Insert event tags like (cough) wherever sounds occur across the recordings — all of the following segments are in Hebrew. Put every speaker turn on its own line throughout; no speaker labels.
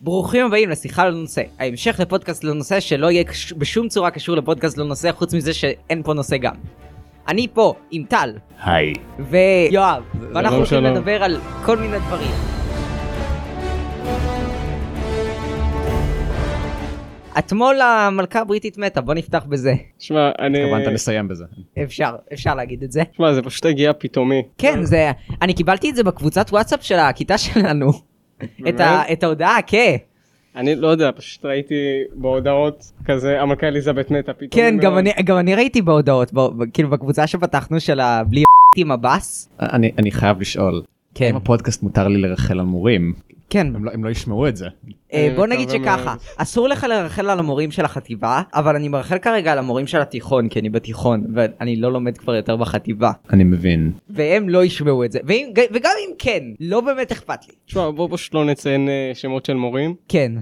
ברוכים הבאים לשיחה לנושא. ההמשך לפודקאסט לנושא שלא יהיה קש- בשום צורה קשור לפודקאסט לנושא חוץ מזה שאין פה נושא גם. אני פה עם טל
היי.
ויואב, ואנחנו
שלום,
הולכים
שלום.
לדבר על כל מיני דברים. אתמול המלכה הבריטית מתה, בוא נפתח בזה.
שמע, אני...
התכוונת לסיים בזה.
אפשר, אפשר להגיד את זה.
שמע, זה פשוט הגיע פתאומי.
כן, זה... אני קיבלתי את זה בקבוצת וואטסאפ של הכיתה שלנו. את, ה, את ההודעה, כן.
אני לא יודע, פשוט ראיתי בהודעות כזה, המלכה אליזבת מתה פתאום.
כן, גם
מאוד.
אני, גם אני ראיתי בהודעות, ב, ב, כאילו בקבוצה שפתחנו של הבלי (laughs) עם הבאס.
אני אני חייב לשאול,
כן,
אם הפודקאסט מותר לי לרחל על מורים,
כן.
הם לא- הם לא ישמעו את זה.
אה,
אני
בוא נגיד
מקווה מאוד.
שככה, אסור לך לרחל על המורים של החטיבה, אבל אני מרחל כרגע על המורים של התיכון, כי אני בתיכון, ואני לא לומד כבר יותר בחטיבה.
אני מבין.
והם לא ישמעו את זה, ואם, ג- וגם אם כן, לא באמת אכפת לי.
שמע, בוא פשוט לא נציין אה, שמות של מורים.
כן.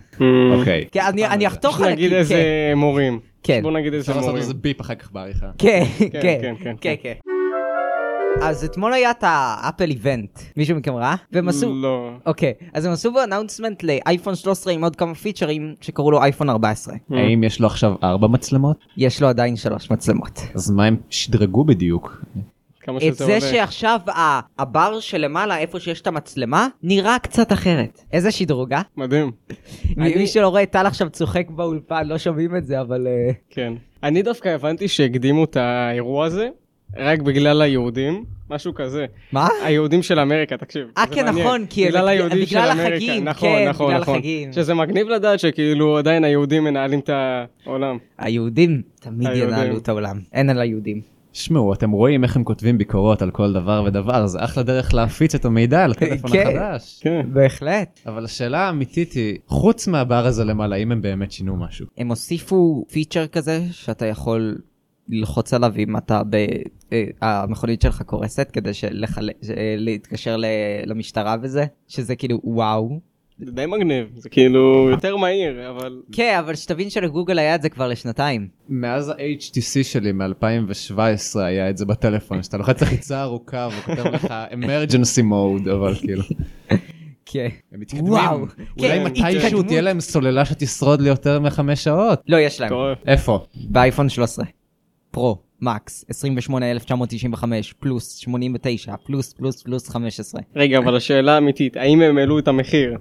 אוקיי.
כן, אני, אני אחתוך
פשוט
חלקים,
אה, נגיד
כן.
איזה מורים.
כן.
בוא נגיד איזה
אפשר לעשות
מורים.
איזה ביפ אחר כך בעריכה.
כן,
כן,
כן,
כן,
כן,
כן,
כן, כן. אז אתמול היה את האפל איבנט, מישהו מכם ראה? והם עשו,
לא.
אוקיי, אז הם עשו בו אנאונסמנט לאייפון 13 עם עוד כמה פיצ'רים שקראו לו אייפון 14.
האם יש לו עכשיו ארבע מצלמות?
יש לו עדיין שלוש מצלמות.
אז מה הם שדרגו בדיוק?
כמה
את
שזה
זה
עולה.
שעכשיו ה- הבר שלמעלה, איפה שיש את המצלמה, נראה קצת אחרת. איזה שדרוג, אה?
מדהים. אני-
מי שלא רואה, טל עכשיו צוחק באולפן, לא שומעים את זה, אבל... אה,
כן. אני דווקא הבנתי שהקדימו את האירוע הזה, רק בגלל היהודים, משהו כזה.
מה?
היהודים של אמריקה, תקשיב.
אה,
זה
כן,
מעניין.
נכון, כי הם-
בגלל היהודים של
בגלל
אמריקה,
החגים,
נכון,
כן,
נכון,
בגלל
נכון.
החגים.
שזה מגניב לדעת שכאילו עדיין היהודים מנהלים את העולם.
היהודים תמיד
היהודים.
ינהלו את העולם. אין על היהודים.
שמעו, אתם רואים איך הם כותבים ביקורות על כל דבר ודבר, זה אחלה דרך להפיץ את המידע על הטלפון
כן.
החדש.
כן.
בהחלט.
אבל השאלה האמיתית היא, חוץ מהבר הזה למעלה, האם הם באמת שינו משהו?
הם הוסיפו פיצ'ר כזה, שאתה יכול ללחוץ עליו אם אתה ב... אה, המכונית שלך קורסת, כדי שלחל... ש- אה, להתקשר ל... למשטרה וזה, שזה כאילו וואו.
זה די מגניב, זה כאילו יותר מהיר, אבל...
כן, אבל שתבין שלגוגל היה את זה כבר לשנתיים.
מאז ה-HTC שלי מ-2017 היה את זה בטלפון, שאתה לוחץ לחיצה ארוכה וכותב לך emergency mode, אבל כאילו,
כן.
הם
(laughs)
מתקדמים.
וואו,
אולי
כן,
מתישהו
התקדמות.
תהיה להם סוללה שתשרוד ליותר מחמש שעות.
לא, יש להם.
מטורף.
איפה?
באייפון 13. פרו, מקס, 28,995, פלוס 89, פלוס פלוס פלוס 15.
רגע, אבל השאלה האמיתית, האם הם העלו את המחיר?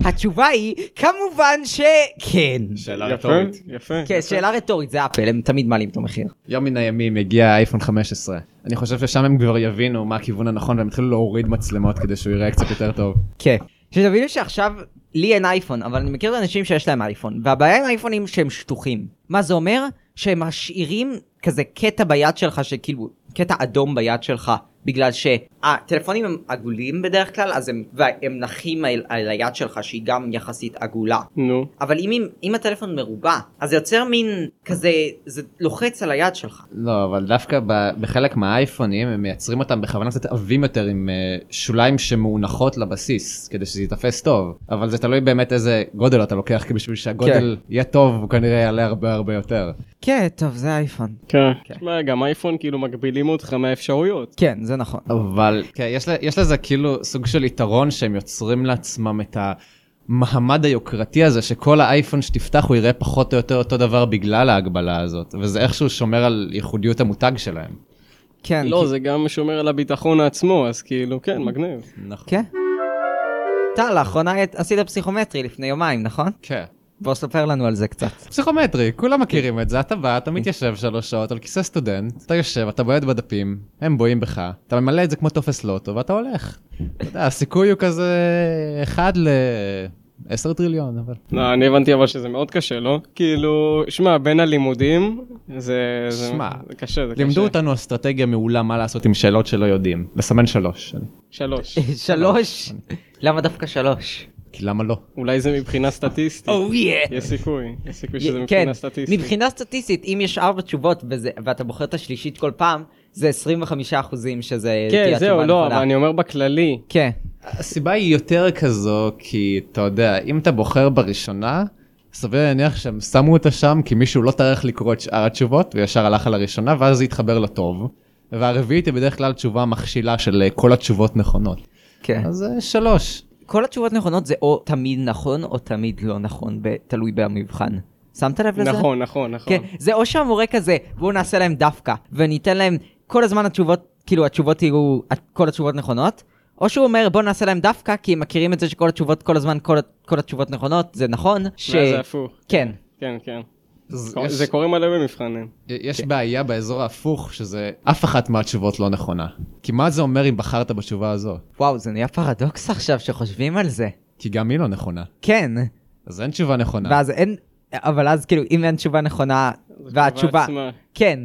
התשובה היא, כמובן שכן.
שאלה
יפה, יפה.
כן,
יפה.
שאלה רטורית, זה אפל, הם תמיד מעלים את המחיר.
יום מן הימים הגיע האייפון 15. אני חושב ששם הם כבר יבינו מה הכיוון הנכון והם יתחילו להוריד מצלמות כדי שהוא יראה קצת יותר טוב.
כן. שתבינו שעכשיו, לי אין אייפון, אבל אני מכיר את האנשים שיש להם אייפון, והבעיה עם אייפונים שהם שטוחים. מה זה אומר? שהם משאירים כזה קטע ביד שלך, שכאילו, קטע אדום ביד שלך, בגלל שהטלפונים הם עגולים בדרך כלל, אז הם, והם נחים על, על היד שלך, שהיא גם יחסית עגולה.
נו,
אבל אם, אם הטלפון מרובע, אז זה יוצר מין כזה, זה לוחץ על היד שלך.
לא, אבל דווקא ב- בחלק מהאייפונים הם מייצרים אותם בכוונה קצת עבים יותר עם אה, שוליים שמונחות לבסיס כדי שזה ייתפס טוב, אבל זה תלוי באמת איזה גודל אתה לוקח כי בשביל שהגודל יהיה טוב הוא כנראה יעלה הרבה הרבה יותר.
כן, טוב, זה אייפון.
כן.
כן.
תשמע, גם אייפון כאילו מגבילים אותך מהאפשרויות.
כן, זה נכון.
אבל כן, יש, ל- יש לזה כאילו סוג של יתרון שהם יוצרים לעצמם את המעמד היוקרתי הזה שכל האייפון שתפתח הוא יראה פחות או יותר אותו דבר בגלל ההגבלה הזאת וזה איכשהו שומר על ייחודיות המותג שלהם.
כן.
לא, זה גם שומר על הביטחון עצמו, אז כאילו, כן, מגניב.
נכון.
כן. אתה לאחרונה עשית פסיכומטרי לפני יומיים, נכון?
כן.
בוא ספר לנו על זה קצת.
פסיכומטרי, כולם מכירים את זה, אתה בא, אתה מתיישב שלוש שעות על כיסא סטודנט, אתה יושב, אתה בועט בדפים, הם בואים בך, אתה ממלא את זה כמו טופס לוטו ואתה (laughs) הולך. אתה יודע, הסיכוי הוא כזה אחד ל... עשר טריליון, אבל...
לא, אני הבנתי אבל שזה מאוד קשה, לא? כאילו, שמע, בין הלימודים, זה... זה-
שמע,
זה קשה, זה קשה.
לימדו אותנו אסטרטגיה מעולה מה לעשות עם שאלות שלא יודעים. לסמן שלוש. אני-
שלוש.
(laughs) שלוש. למה דווקא שלוש?
כי למה לא?
אולי זה מבחינה
(laughs)
סטטיסטית.
או יא.
יש סיכוי, יש סיכוי שזה
Oh, כן,
מבחינה סטטיסטית.
מבחינה סטטיסטית, אם יש ארבע תשובות וזה- ואתה בוחר את השלישית כל פעם, זה 25 אחוזים שזה תהיה
כן,
התשובה
זהו, לא, אבל
הנכונה.
אני אומר בכללי.
כן,
הסיבה היא יותר כזו, כי אתה יודע, אם אתה בוחר בראשונה, סביר להניח שהם שמו אותה שם כי מישהו לא טרח לקרוא את שאר התשובות, וישר הלך על הראשונה, ואז זה התחבר לטוב. והרביעית היא בדרך כלל תשובה מכשילה של אה, כל התשובות נכונות.
כן.
אז אה, שלוש.
כל התשובות נכונות זה או תמיד נכון או תמיד לא נכון, ב- תלוי במבחן. שמת לב לזה?
נכון, נכון, נכון.
כן, זה או שהמורה כזה, בואו נעשה להם דווקא, וניתן להם כל הזמן התשובות, כאילו התשובות יהיו, כל התשובות נכונות, או שהוא אומר בואו נעשה להם דווקא, כי הם מכירים את זה שכל התשובות כל הזמן, כל, כל התשובות נכונות, זה נכון, ש...
ואז זה הפוך.
כן.
כן, כן.
אז
קורה-
יש-
זה קורה מלא במבחנים.
יש
כן.
בעיה באזור ההפוך, שזה אף אחת מהתשובות לא נכונה. כי מה זה אומר אם בחרת בתשובה הזו?
וואו, זה נהיה פרדוקס עכשיו שחושבים על זה.
כי גם היא לא נכונה.
כן,
אז אין תשובה נכונה.
ואז אין, אבל אז כאילו, אם אין תשובה נכונה, והתשובה,
עצמה.
כן.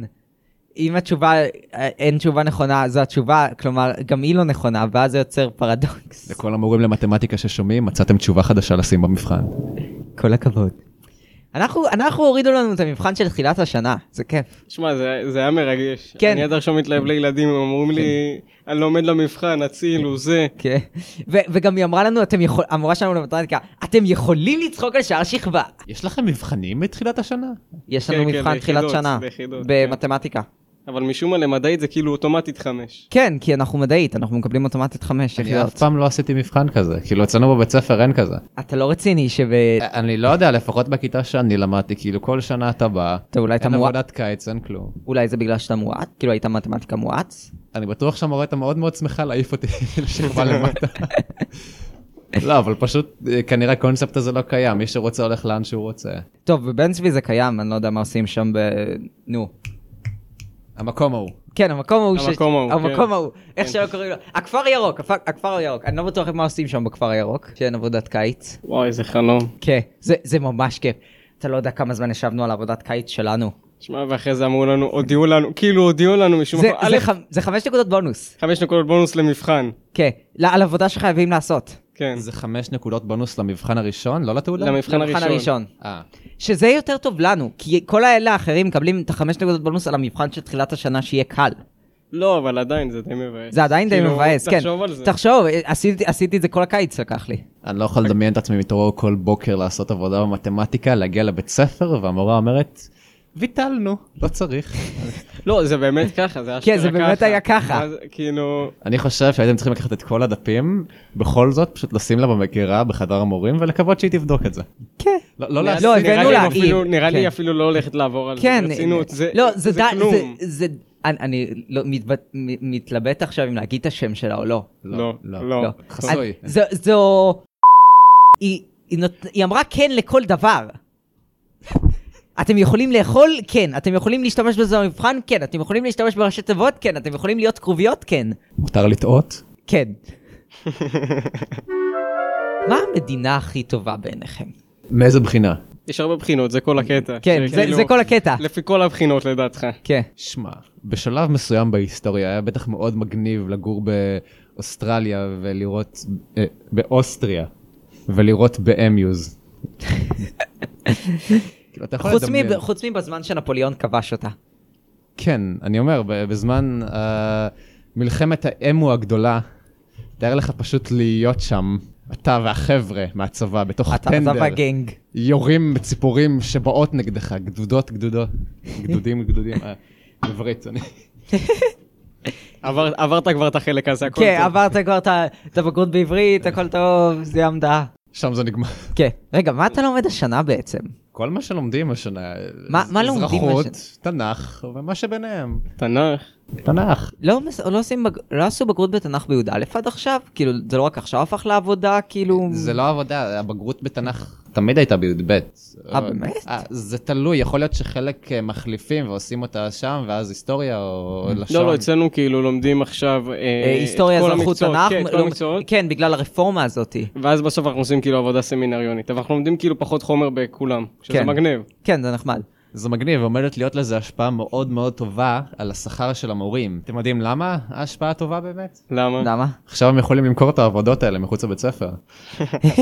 אם התשובה, אה, אין תשובה נכונה, זו התשובה, כלומר, גם היא לא נכונה, ואז זה יוצר פרדוקס.
לכל המורים למתמטיקה ששומעים, מצאתם תשובה חדשה לשים במבחן.
כל הכבוד. אנחנו, אנחנו הורידו לנו את המבחן של תחילת השנה, זה כיף.
שמע, זה, זה היה מרגש.
כן.
אני עד עכשיו מתלהב לילדים, הם אומרים לי, אני לומד למבחן, הצילו, זה.
כן. ו- וגם היא אמרה לנו, אתם יכול, המורה שלנו למתמטיקה, אתם יכולים לצחוק על שאר שכבה.
יש לכם מבחנים מתחילת השנה?
יש
כן,
לנו
כן,
מבחן תחילת
ליחידות,
שנה,
ליחידות, כן.
במתמטיקה.
אבל משום מה למדעית זה כאילו אוטומטית חמש.
כן, כי אנחנו מדעית, אנחנו מקבלים אוטומטית חמש
אני אף
יחידות.
פעם לא עשיתי מבחן כזה. כאילו, אצלנו בבית ספר אין כזה.
אתה לא רציני שב...
אני לא יודע, לפחות בכיתה שאני למדתי, כאילו, כל שנה אתה בא,
אתה אולי אתה
אין
מועט,
עבודת קיץ, אין כלום.
אולי זה בגלל שאתה מועט, כאילו היית מתמטיקה מועץ.
אני בטוח שהמורה הייתה מאוד מאוד שמחה להעיף אותי (laughs) לשכבה למטה. לא, אבל פשוט אה, כנראה הקונספט הזה לא קיים, מי שרוצה הולך לאן שהוא רוצה.
טוב, בבן צבי זה קיים, אני לא יודע מה עושים שם ב... נו.
המקום ההוא.
כן, המקום ההוא. ש-
המקום ההוא, כן.
המקום ההוא, איך
כן.
שלא קוראים לו. הכפר הירוק, הכפר- הכפר הירוק. אני לא בטוח מה עושים שם בכפר הירוק, שאין כן, עבודת קיץ.
וואי, זה חלום.
כן, זה- זה ממש כיף. אתה לא יודע כמה זמן ישבנו על עבודת קיץ שלנו.
שמע, ואחרי זה אמרו לנו, הודיעו לנו, כאילו הודיעו לנו משום
זה-
מקום, א',
זה חמ- זה חמש נקודות בונוס.
חמש נקודות בונוס למבחן.
כן, לא, על עבודה שחייבים לעשות.
כן.
זה חמש נקודות בונוס למבחן הראשון, לא לתעודה?
למבחן
למבחן
הראשון.
הראשון.
אה,
שזה יותר טוב לנו, כי כל האלה האחרים מקבלים את החמש נקודות בונוס על המבחן של תחילת השנה שיהיה קל.
לא, אבל עדיין זה די מבאס.
זה עדיין די
כאילו,
מבאס, כן.
תחשוב על זה.
תחשוב, עשיתי- עשיתי את זה כל הקיץ לקח לי.
אני לא יכול לדמיין את עצמי מתעורר כל בוקר לעשות עבודה במתמטיקה, להגיע לבית ספר, והמורה אומרת, ביטלנו, לא צריך.
לא, זה באמת ככה, זה היה
כן,
אשכרה
זה באמת היה ככה.
ואז, כאילו,
אני חושב שהייתם צריכים לקחת את כל הדפים, בכל זאת, פשוט לשים לה במגירה בחדר המורים, ולקוות שהיא תבדוק את זה.
כן.
לא, לא
נראה-
להס-
לא,
נראה
הבאנו
לי
לה,
אפילו-
היא-
נראה
כן.
לי אפילו לא הולכת לעבור על זה,
כן,
ברצינות,
אה,
זה
לא, זה
זה
די-
כלום.
זה- זה- אני- אני לא מתבט- מ- מתלבט עכשיו אם להגיד את השם שלה או לא.
לא, לא.
לא.
חסוי.
אני- זו- זו... היא- היא נות- היא אמרה כן לכל דבר. אתם יכולים לאכול? כן. אתם יכולים להשתמש בזה במבחן? כן. אתם יכולים להשתמש בראשי תיבות? כן. אתם יכולים להיות כרוביות? כן.
מותר לטעות?
כן. מה המדינה הכי טובה בעיניכם?
מאיזה בחינה?
יש הרבה בחינות, זה כל הקטע.
כן, זה-
שכאילו,
זה כל הקטע.
לפי כל הבחינות לדעתך.
כן.
שמע, בשלב מסוים בהיסטוריה היה בטח מאוד מגניב לגור באוסטרליה ולראות, אה, באוסטריה, ולראות באמיוז. כאילו, אתה יכול
חוץ
לדמיין.
מב- חוץ מבזמן שנפוליאון כבש אותה.
כן, אני אומר, ב- בזמן אה, מלחמת האמו הגדולה, תאר לך פשוט להיות שם, אתה והחבר'ה מהצבא, בתוך
אתה עזב
הטנדר,
הגנג.
יורים ציפורים שבאות נגדך, גדודות גדודות, גדודים גדודים, אה, עברית, אני...
עבר- עברת כבר את החלק הזה, הכל
כן,
טוב.
עברת כבר את ה- את הבגרות בעברית, הכל טוב, זה עמדה.
שם זה נגמר.
כן. רגע, מה אתה לומד השנה בעצם?
כל מה שלומדים השנה,
מה- מה לומדים
אזרחות,
השנה?
תנ"ך, ומה שביניהם.
תנ"ך.
תנ"ך.
לא מס- לא עושים בג- לא עשו בגרות בתנ"ך בי"א עד עכשיו? כאילו, זה לא רק עכשיו הפך לעבודה, כאילו...
זה לא עבודה, הבגרות בתנ"ך תמיד הייתה בי"ב.
אה, באמת?
אה, זה תלוי, יכול להיות שחלק אה, מחליפים ועושים אותה שם, ואז היסטוריה או
Mm.
לשון.
לא, לא, אצלנו כאילו לומדים עכשיו אה,
אה, היסטוריה,
את כל
אזרחות,
המקצועות,
תנ"ך,
כן, את כל
לא-
המקצועות,
כן, בגלל הרפורמה הזאתי.
ואז בסוף אנחנו עושים כאילו עבודה סמינריונית, אבל אנחנו לומדים כאילו פחות חומר בכולם, שזה
כן.
מגניב.
כן, זה נחמד.
זה מגניב, עומדת להיות לזה השפעה מאוד מאוד טובה על השכר של המורים. אתם יודעים למה ההשפעה טובה באמת?
למה?
למה?
עכשיו הם יכולים למכור את העבודות האלה מחוץ לבית
(laughs)
ספר.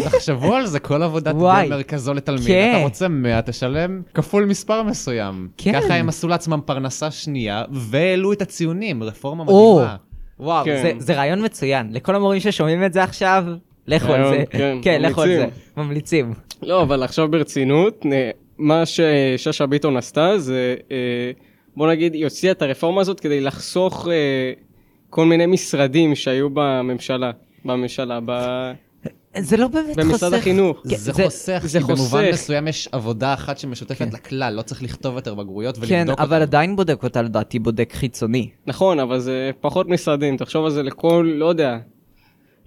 תחשבו על זה, כל עבודה
וואי.
תהיה מרכזו לתלמיד.
כן.
אתה רוצה 100, תשלם כפול מספר מסוים.
כן.
ככה הם עשו לעצמם פרנסה שנייה, והעלו את הציונים, רפורמה
או.
מדהימה.
וואו,
כן.
זה- זה רעיון מצוין. לכל המורים ששומעים את זה עכשיו, לכו על
רעיון,
זה.
כן,
כן, לכו על זה.
ממליצים.
ממליצים.
לא, אבל עכשיו ברצינות, נ- מה ששאשא ביטון עשתה זה, אה, בוא נגיד, היא הוציאה את הרפורמה הזאת כדי לחסוך אה, כל מיני משרדים שהיו בממשלה, בממשלה, ב...
זה לא באמת חוסך...
במשרד החינוך.
כן,
זה
זה-
חוסך,
זה
כי במובן
חוסך.
מסוים יש עבודה אחת
כן.
שמשותפת לכלל, לא צריך לכתוב יותר בגרויות
כן,
ולבדוק
אבל
אותן.
עדיין בודק אותה לדעתי בודק חיצוני.
נכון, אבל זה פחות משרדים, תחשוב על זה לכל, לא יודע.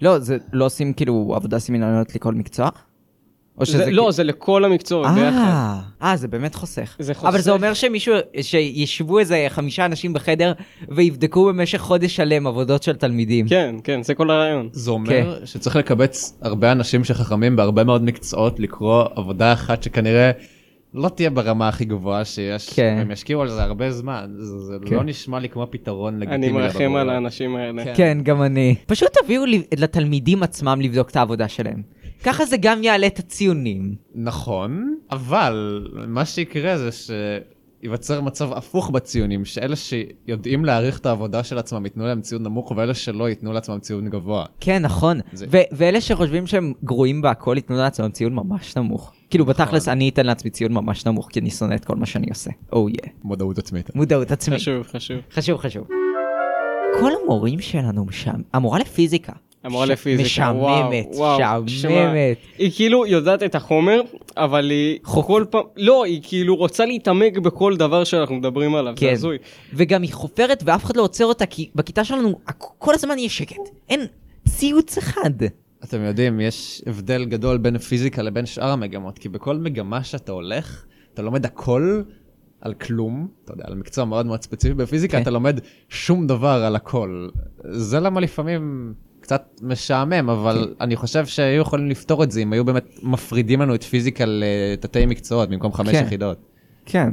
לא, זה לא עושים כאילו עבודה סמינריונית לכל מקצוע? או
זה- לא, זה לכל המקצועות ביחד.
אה, אה, זה באמת חוסך.
זה
אבל
חוסך.
זה אומר שמישהו, שישבו איזה חמישה אנשים בחדר ויבדקו במשך חודש שלם עבודות של תלמידים.
כן, כן, זה כל הרעיון.
זה אומר
כן.
שצריך לקבץ הרבה אנשים שחכמים בהרבה מאוד מקצועות לקרוא עבודה אחת שכנראה לא תהיה ברמה הכי גבוהה שיש,
כן.
הם ישקיעו על זה הרבה זמן, זה זה
כן.
לא נשמע לי כמו פתרון לגיטימי.
אני מרחם על
לבגרויות.
האנשים האלה.
כן.
לא כן, גם אני. פשוט תביאו לי- לתלמידים עצמם לבדוק את העבודה שלהם. ככה זה גם יעלה את הציונים.
נכון, אבל מה שיקרה זה שייווצר מצב הפוך בציונים, שאלה שיודעים להעריך את העבודה של עצמם ייתנו להם ציון נמוך, ואלה שלא ייתנו לעצמם ציון גבוה.
כן, נכון.
זה-
ו- ואלה שחושבים שהם גרועים בהכל ייתנו לעצמם ציון ממש נמוך. כאילו
נכון.
בתכלס אני אתן לעצמי ציון ממש נמוך כי אני שונא את כל מה שאני עושה. או יא.
מודעות עצמית.
מודעות עצמית.
חשוב, חשוב.
חשוב, חשוב. כל המורים שלנו משם, המורה לפיזיקה.
המורה
ש-
לפיזיקה,
משעממת,
וואו, וואו,
משעממת.
היא כאילו יודעת את החומר, אבל היא
חוק.
כל פעם, לא, היא כאילו רוצה להתעמק בכל דבר שאנחנו מדברים עליו,
כן.
זה הזוי.
וגם היא חופרת ואף אחד לא עוצר אותה, כי בכיתה שלנו הכ- כל הזמן יש שקט. אין ציוץ אחד.
אתם יודעים, יש הבדל גדול בין פיזיקה לבין שאר המגמות, כי בכל מגמה שאתה הולך, אתה לומד הכל על כלום, אתה יודע, על מקצוע מאוד מאוד ספציפי, בפיזיקה
כן.
אתה לומד שום דבר על הכל. זה למה לפעמים קצת משעמם, אבל אני חושב שהיו יכולים לפתור את זה אם היו באמת מפרידים לנו את פיזיקה לתתי מקצועות במקום חמש
כן.
יחידות.
כן,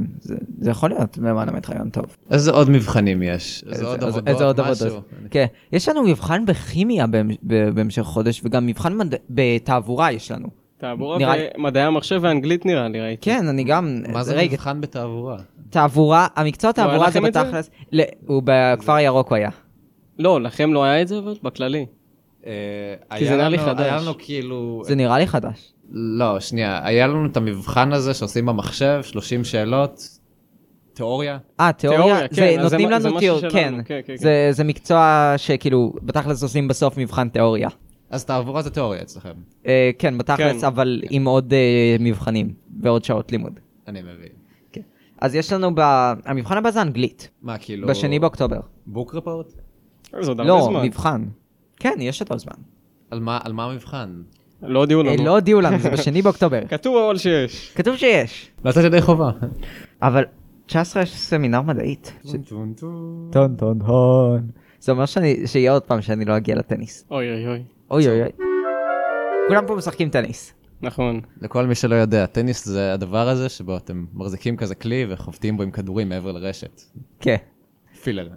זה יכול להיות למען האמת רעיון טוב.
איזה עוד מבחנים יש? איזה
אז-
עוד עבודות?
איזה עוד
משהו?
עבודות? כן, יש לנו מבחן בכימיה בהמ- ב- בהמשך חודש, וגם מבחן מד- בתעבורה יש לנו.
תעבורה
נראה לי-
ומדעי המחשב ואנגלית נראה לי, ראיתי.
כן, אני גם...
מה זה
רגע,
מבחן בתעבורה?
תעבורה, המקצוע
היה
תעבורה זה
לכם את זה?
בתכלס... לא, הוא בכפר הירוק הוא היה.
לא, לכם לא היה את זה, אבל בכללי.
אה, היה
זה נראה לי
לנו- היה
חדש.
לנו כאילו
זה נראה לי חדש.
לא, שנייה, היה לנו את המבחן הזה שעושים במחשב, 30 שאלות, תיאוריה.
אה, תיאוריה,
תיאוריה,
זה
כן, אז זה
נותנים
מה- זה
לנו
משהו
תיאוריה,
שלנו,
כן,
כן, כן,
זה- זה מקצוע שכאילו, בתכלס עושים בסוף מבחן תיאוריה.
אז תעבורה זה תיאוריה אצלכם,
אה, כן, בתכלס,
כן.
אבל עם עוד אה, מבחנים ועוד שעות לימוד.
אני מבין.
אז יש לנו, ב- המבחן הבא זה אנגלית,
מה, כאילו...
בשני באוקטובר.
בוק רפורט?
לא. זה עוד הרבה
לא,
זמן.
מבחן. כן, יש יותר זמן.
על מה, על מה המבחן?
לא כן. הודיעו
אה,
לנו.
לא הודיעו לנו, זה בשני באוקטובר.
כתוב אבל שיש.
כתוב שיש.
לצאת ידי חובה.
אבל 19 יש סמינר מדעית.
טון, טון.
טון טון טון. זה אומר שאני- שיהיה עוד פעם שאני לא אגיע לטניס.
אוי אוי אוי.
אוי אוי אוי. כולם פה משחקים טניס.
נכון.
לכל מי שלא יודע, טניס זה הדבר הזה שבו אתם מחזיקים כזה כלי וחובטים בו עם כדורים מעבר לרשת.
כן. (laughs)
פילר.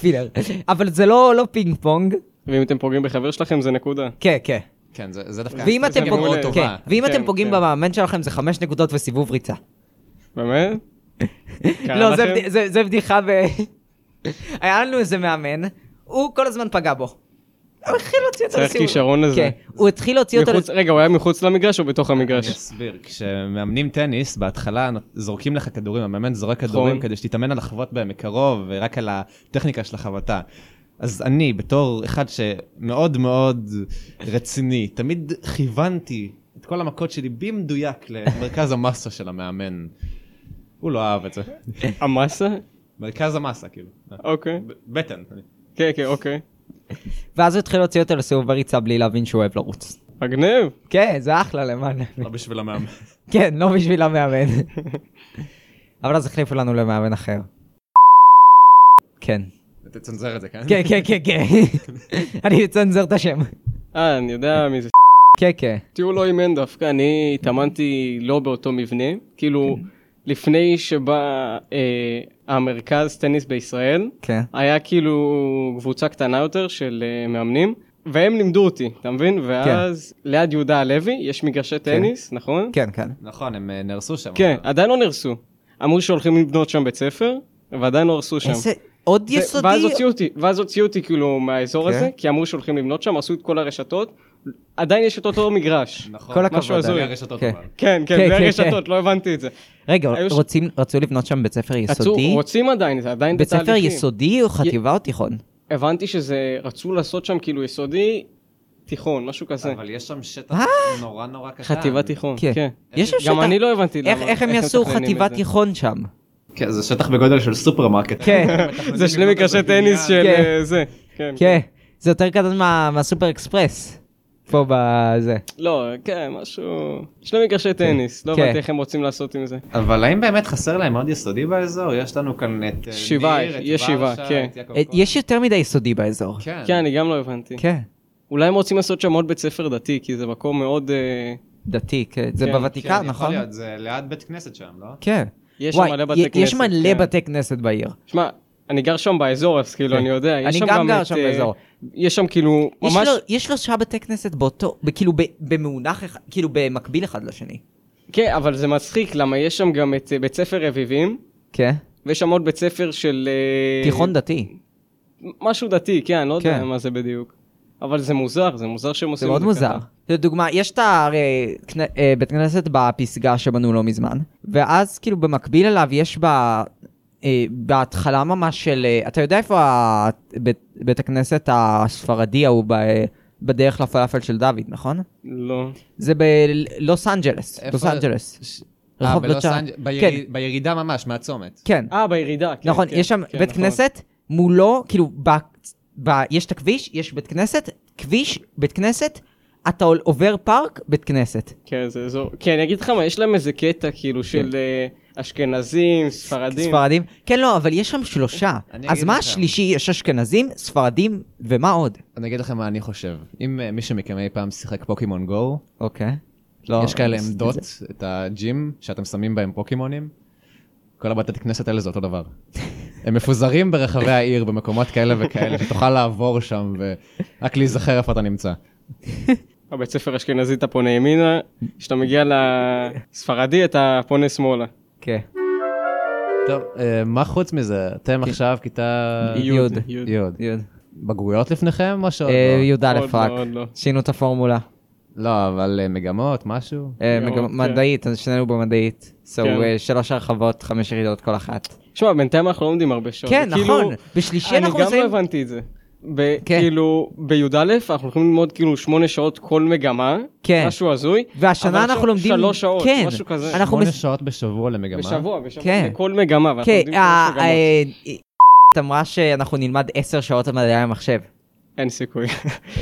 פילר. אבל זה לא לא פינג פונג.
ואם אתם פוגעים בחבר שלכם זה נקודה.
כן, כן.
כן, זה זה דווקא...
ואם אתם
זה
פוגעים-
מאוד
כן.
טובה.
ואם
כן,
אתם פוגעים
כן.
במאמן שלכם זה חמש נקודות וסיבוב ריצה. (laughs)
באמת? קרה
לא, זה
כן, לכם?
בד- זה- זה בדיחה ב... היה לנו איזה מאמן, הוא כל הזמן פגע בו. הוא התחיל להוציא אותו
צריך
לסיבוב.
כישרון לזה.
כן, הוא התחיל להוציא אותו
מחוץ- רגע, הוא היה מחוץ למגרש או
(laughs)
בתוך המגרש?
אני אסביר, כשמאמנים טניס, בהתחלה נות- זורקים לך כדורים, המאמן זורק
נכון.
כדורים כדי שתתאמן על לחבוט בהם מקרוב, ורק על הטכניקה של החבטה. אז אני, בתור אחד שמאוד מאוד רציני, תמיד כיוונתי את כל המכות שלי במדויק למרכז המסה של המאמן. הוא לא אהב את זה.
המסה?
מרכז המסה, כאילו.
אוקיי.
ב- בטן.
כן, כן, אוקיי.
ואז הוא התחיל להוציא אותו לסיבוב בריצה בלי להבין שהוא אוהב לרוץ.
מגניב.
כן, זה אחלה למען.
לא בשביל המאמן.
(laughs) כן, לא בשביל המאמן.
(laughs)
אבל אז החליפו לנו למאמן אחר. כן.
תצנזר את זה, כן?
כן, כן, כן, כן. אני אצנזר את השם.
אה, אני יודע מי זה.
כן, כן.
תראו לא אימן דווקא, אני התאמנתי לא באותו מבנה, כאילו לפני שבא אה, המרכז טניס בישראל,
כן.
היה כאילו קבוצה קטנה יותר של אה, מאמנים, והם לימדו אותי, אתה
כן.
מבין? ואז ליד יהודה הלוי יש מגרשי טניס, נכון?
כן, כן.
נכון, הם אה, נהרסו שם.
כן, עדיין לא נהרסו. אמרו שהולכים לבנות שם בית ספר, ועדיין לא הרסו שם.
איזה... עוד
זה- ואז
יסודי?
הוציאו אותי, ואז הוציאו אותי כאילו מהאזור
כן.
הזה, כי אמרו שהולכים לבנות שם, עשו את כל הרשתות, עדיין יש את אותו מגרש.
נכון.
כל הכבוד,
משהו הזוי.
אגב.
הרשתות
כן.
אבל.
כן, כן,
כן,
בלי
כן,
הרשתות, לא הבנתי את זה.
רגע,
היו ש-
רוצים- רצו לבנות שם בית ספר
רצו,
יסודי?
רוצים עדיין, זה עדיין
בית ספר
בתהליכים. אה,
יסודי או חטיבה או תיכון?
הבנתי שזה, רצו לעשות שם כאילו יסודי, תיכון, משהו כזה.
אבל יש שם שטח
אה?
נורא נורא קטן.
חטיבת תיכון,
כן.
כן.
יש שם
גם
שטח-
אני לא הבנתי למה.
איך- איך הם יעשו
מתכננים את
חטיבת
זה.
תיכון שם?
(laughs)
כן, זה שטח בגודל של סופרמרקט.
כן,
לא
זה שני מגרשי טניס של
כן.
אה, זה. כן.
כן. זה יותר קטן מה- מהסופר אקספרס. פה בזה.
לא, כן, משהו... שני מגרשי טניס, לא
כן.
הבנתי איך הם רוצים לעשות עם
כן.
זה.
אבל האם באמת חסר להם עוד יסודי באזור? יש לנו כאן את אה,
שבעה,
ניר, את
יש שבעה,
ורשה,
כן.
את יעקב
אה,
קוץ.
יש יותר מדי יסודי באזור.
כן.
כן, אני גם לא הבנתי.
כן.
אולי הם רוצים לעשות שם עוד בית ספר דתי, כי זה מקום מאוד... אה,
דתי, כן. זה
כן,
כן,
בוותיקן,
יכול
נכון?
להיות, זה ליד בית כנסת שם, לא?
כן.
יש שם
וואי,
מלא בתי
י-
כנסת.
יש מלא
כן.
בתי כנסת בעיר.
שמע, אני גר שם באזור, אז כאילו,
כן.
אני יודע. יש
אני
שם
גם גר
את,
שם
אה,
באזור.
יש שם כאילו,
יש
ממש...
לו- יש שלושה בתי כנסת באותו, כאילו ב- במאונח, אחד- כאילו במקביל אחד לשני.
כן, אבל זה מצחיק, למה יש שם גם את אה, בית ספר רביבים,
כן.
ויש שם עוד בית ספר של... אה,
תיכון דתי.
משהו דתי, כן, אני לא יודע
כן.
מה זה בדיוק. אבל זה מוזר, זה מוזר שהם
זה
עושים את
מאוד
זה
מוזר.
ככה.
לדוגמה, יש את הבית אה, כנסת בפסגה שבנו לא מזמן, ואז כאילו במקביל אליו יש בה, אה, בהתחלה ממש של, אה, אתה יודע איפה ה- בית- בית הכנסת הספרדי ההוא ב- אה, בדרך לפלאפל של דוד, נכון?
לא.
זה בלוס אנג'לס,
איפה-
לוס אנג'לס.
ש-
רחוב
אה, בלוס
לא,
בית שאן.
אנג-
כן.
בירי- בירידה ממש מהצומת.
כן,
אה, בירידה, כן.
נכון,
כן,
יש שם
כן,
בית
נכון.
כנסת, מולו, כאילו, ב- ב- יש את הכביש, יש בית כנסת, כביש, בית כנסת, אתה עובר פארק, בית כנסת.
כן, זה אזור. כן, אני אגיד לך מה, יש להם איזה קטע כאילו
כן.
של אה, אשכנזים, ספרדים.
ספרדים. כן, לא, אבל יש שם שלושה.
(laughs)
אני
אז
אגיד
מה
לכם.
השלישי? יש אשכנזים, ספרדים, ומה עוד?
אני אגיד לכם מה אני חושב. אם אה, מישהו מכם אי פעם שיחק פוקימון גו,
אוקיי.
לא,
יש כאלה עמדות, את הג'ים, שאתם שמים בהם פוקימונים, כל הבתי כנסת האלה זה אותו דבר. הם מפוזרים ברחבי העיר במקומות כאלה וכאלה, שתוכל לעבור שם ורק להיזכר איפה אתה נמצא.
הבית ספר אשכנזי אתה פונה ימינה, כשאתה מגיע לספרדי אתה פונה שמאלה.
כן.
טוב, אה, מה חוץ מזה? אתם עכשיו כיתה...
י'. יוד.
יוד.
יוד. בגרויות לפניכם או שעוד
אה,
לא?
י"א
עוד לא,
רק.
עוד לא.
שינו את הפורמולה.
לא, אבל אה, מגמות, משהו?
אה,
מאוד,
מגמ-
כן.
מדעית, אז שנינו במדעית. So,
כן.
אה, שלוש הרחבות, חמש ירידות כל אחת.
שמע, בינתיים אנחנו לא לומדים הרבה שעות.
כן,
זה כאילו-
נכון. בשלישי אנחנו
אני גם
עושים...
לא הבנתי את זה. ב-
כן.
כאילו, בי"א אנחנו הולכים ללמוד כאילו שמונה שעות כל מגמה,
כן.
משהו הזוי. אבל
והשנה אנחנו
עכשיו
לומדים...
שלוש שעות,
כן.
משהו כזה.
אנחנו
שמונה
מס-
שעות בשבוע למגמה?
בשבוע, בשבוע,
כן.
כל מגמה, ואנחנו
כן,
לומדים
אה,
שלוש מגמות.
אה, אמרה שאנחנו נלמד עשר שעות על מדעי המחשב.
אין סיכוי,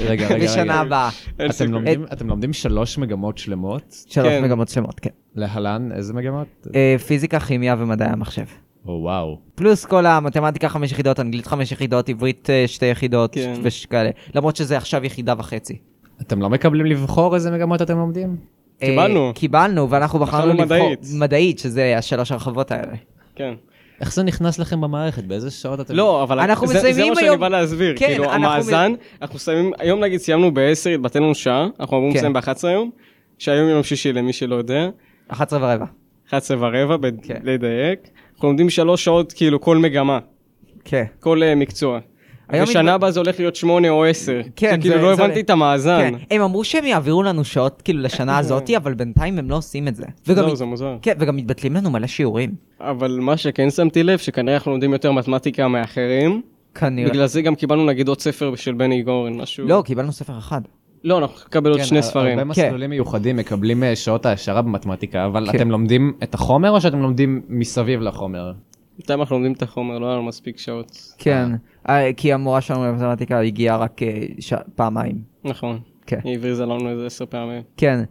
רגע, רגע,
בשנה
רגע.
הבאה.
אין
לא- אתם
סיכוי.
לומדים- אתם לומדים שלוש מגמות שלמות?
שלוש
כן.
מגמות שמות, כן.
להלן, איזה מגמות?
אה, פיזיקה, כימיה ומדעי המחשב.
או וואו.
פלוס כל המתמטיקה חמש יחידות, אנגלית חמש יחידות, עברית אה, שתי יחידות
כן.
וכאלה. למרות שזה עכשיו יחידה וחצי.
אתם לא מקבלים לבחור איזה מגמות אתם לומדים?
אה,
קיבלנו.
קיבלנו, ואנחנו בחרנו
בחרנו
לבחור
מדעית.
מדעית, שזה השלוש הרחבות האלה.
כן.
איך זה נכנס לכם במערכת? באיזה שעות אתם...
לא, אבל
אנחנו
זה- זה
מסיימים
מה שאני
היום-
בא להסביר,
כן,
כאילו
אנחנו מ-
המאזן, אנחנו מסיימים, היום נגיד סיימנו ב-10, התבטא לנו שעה, אנחנו אמורים
כן.
לסיים ב-11 היום, שהיום יום שישי למי שלא יודע,
11 ורבע.
11 ורבע, ב-
כן.
לדייק, אנחנו לומדים שלוש שעות כאילו כל מגמה,
כן.
כל אה, מקצוע.
היום
ושנה
התבט-
הבאה זה הולך להיות 8 או 10,
כן,
זה כאילו
זה-
לא
זה-
הבנתי את המאזן,
כן. הם אמרו שהם יעבירו לנו שעות כאילו לשנה הזאתי, אבל בינתיים הם לא עושים את זה. וגם
לא,
מת-
זה מוזר.
כן, וגם מתבטלים לנו מלא שיעורים.
אבל מה שכן שמתי לב, שכנראה אנחנו לומדים יותר מתמטיקה מאחרים,
כנראה.
בגלל זה גם קיבלנו נגיד עוד ספר של בני גורן, משהו...
לא, אה, קיבלנו ספר אחד.
לא, אנחנו נקבל עוד
כן,
שני
הר-
ספרים.
הרבה מסלולים מיוחדים מקבלים אה, שעות העשרה במתמטיקה, אבל
כן.
אתם לומדים את החומר או שאתם לומדים מסביב לחומר?
אה,
בינתיים אנחנו לומדים את החומר, לא היה לנו מספיק שעות.
כן. אה, כי המורה שלנו למתמטיקה הגיעה רק אה, ש- פעמיים.
נכון.
כן.
היא הבריזה לנו איזה עשר פעמים.
כן.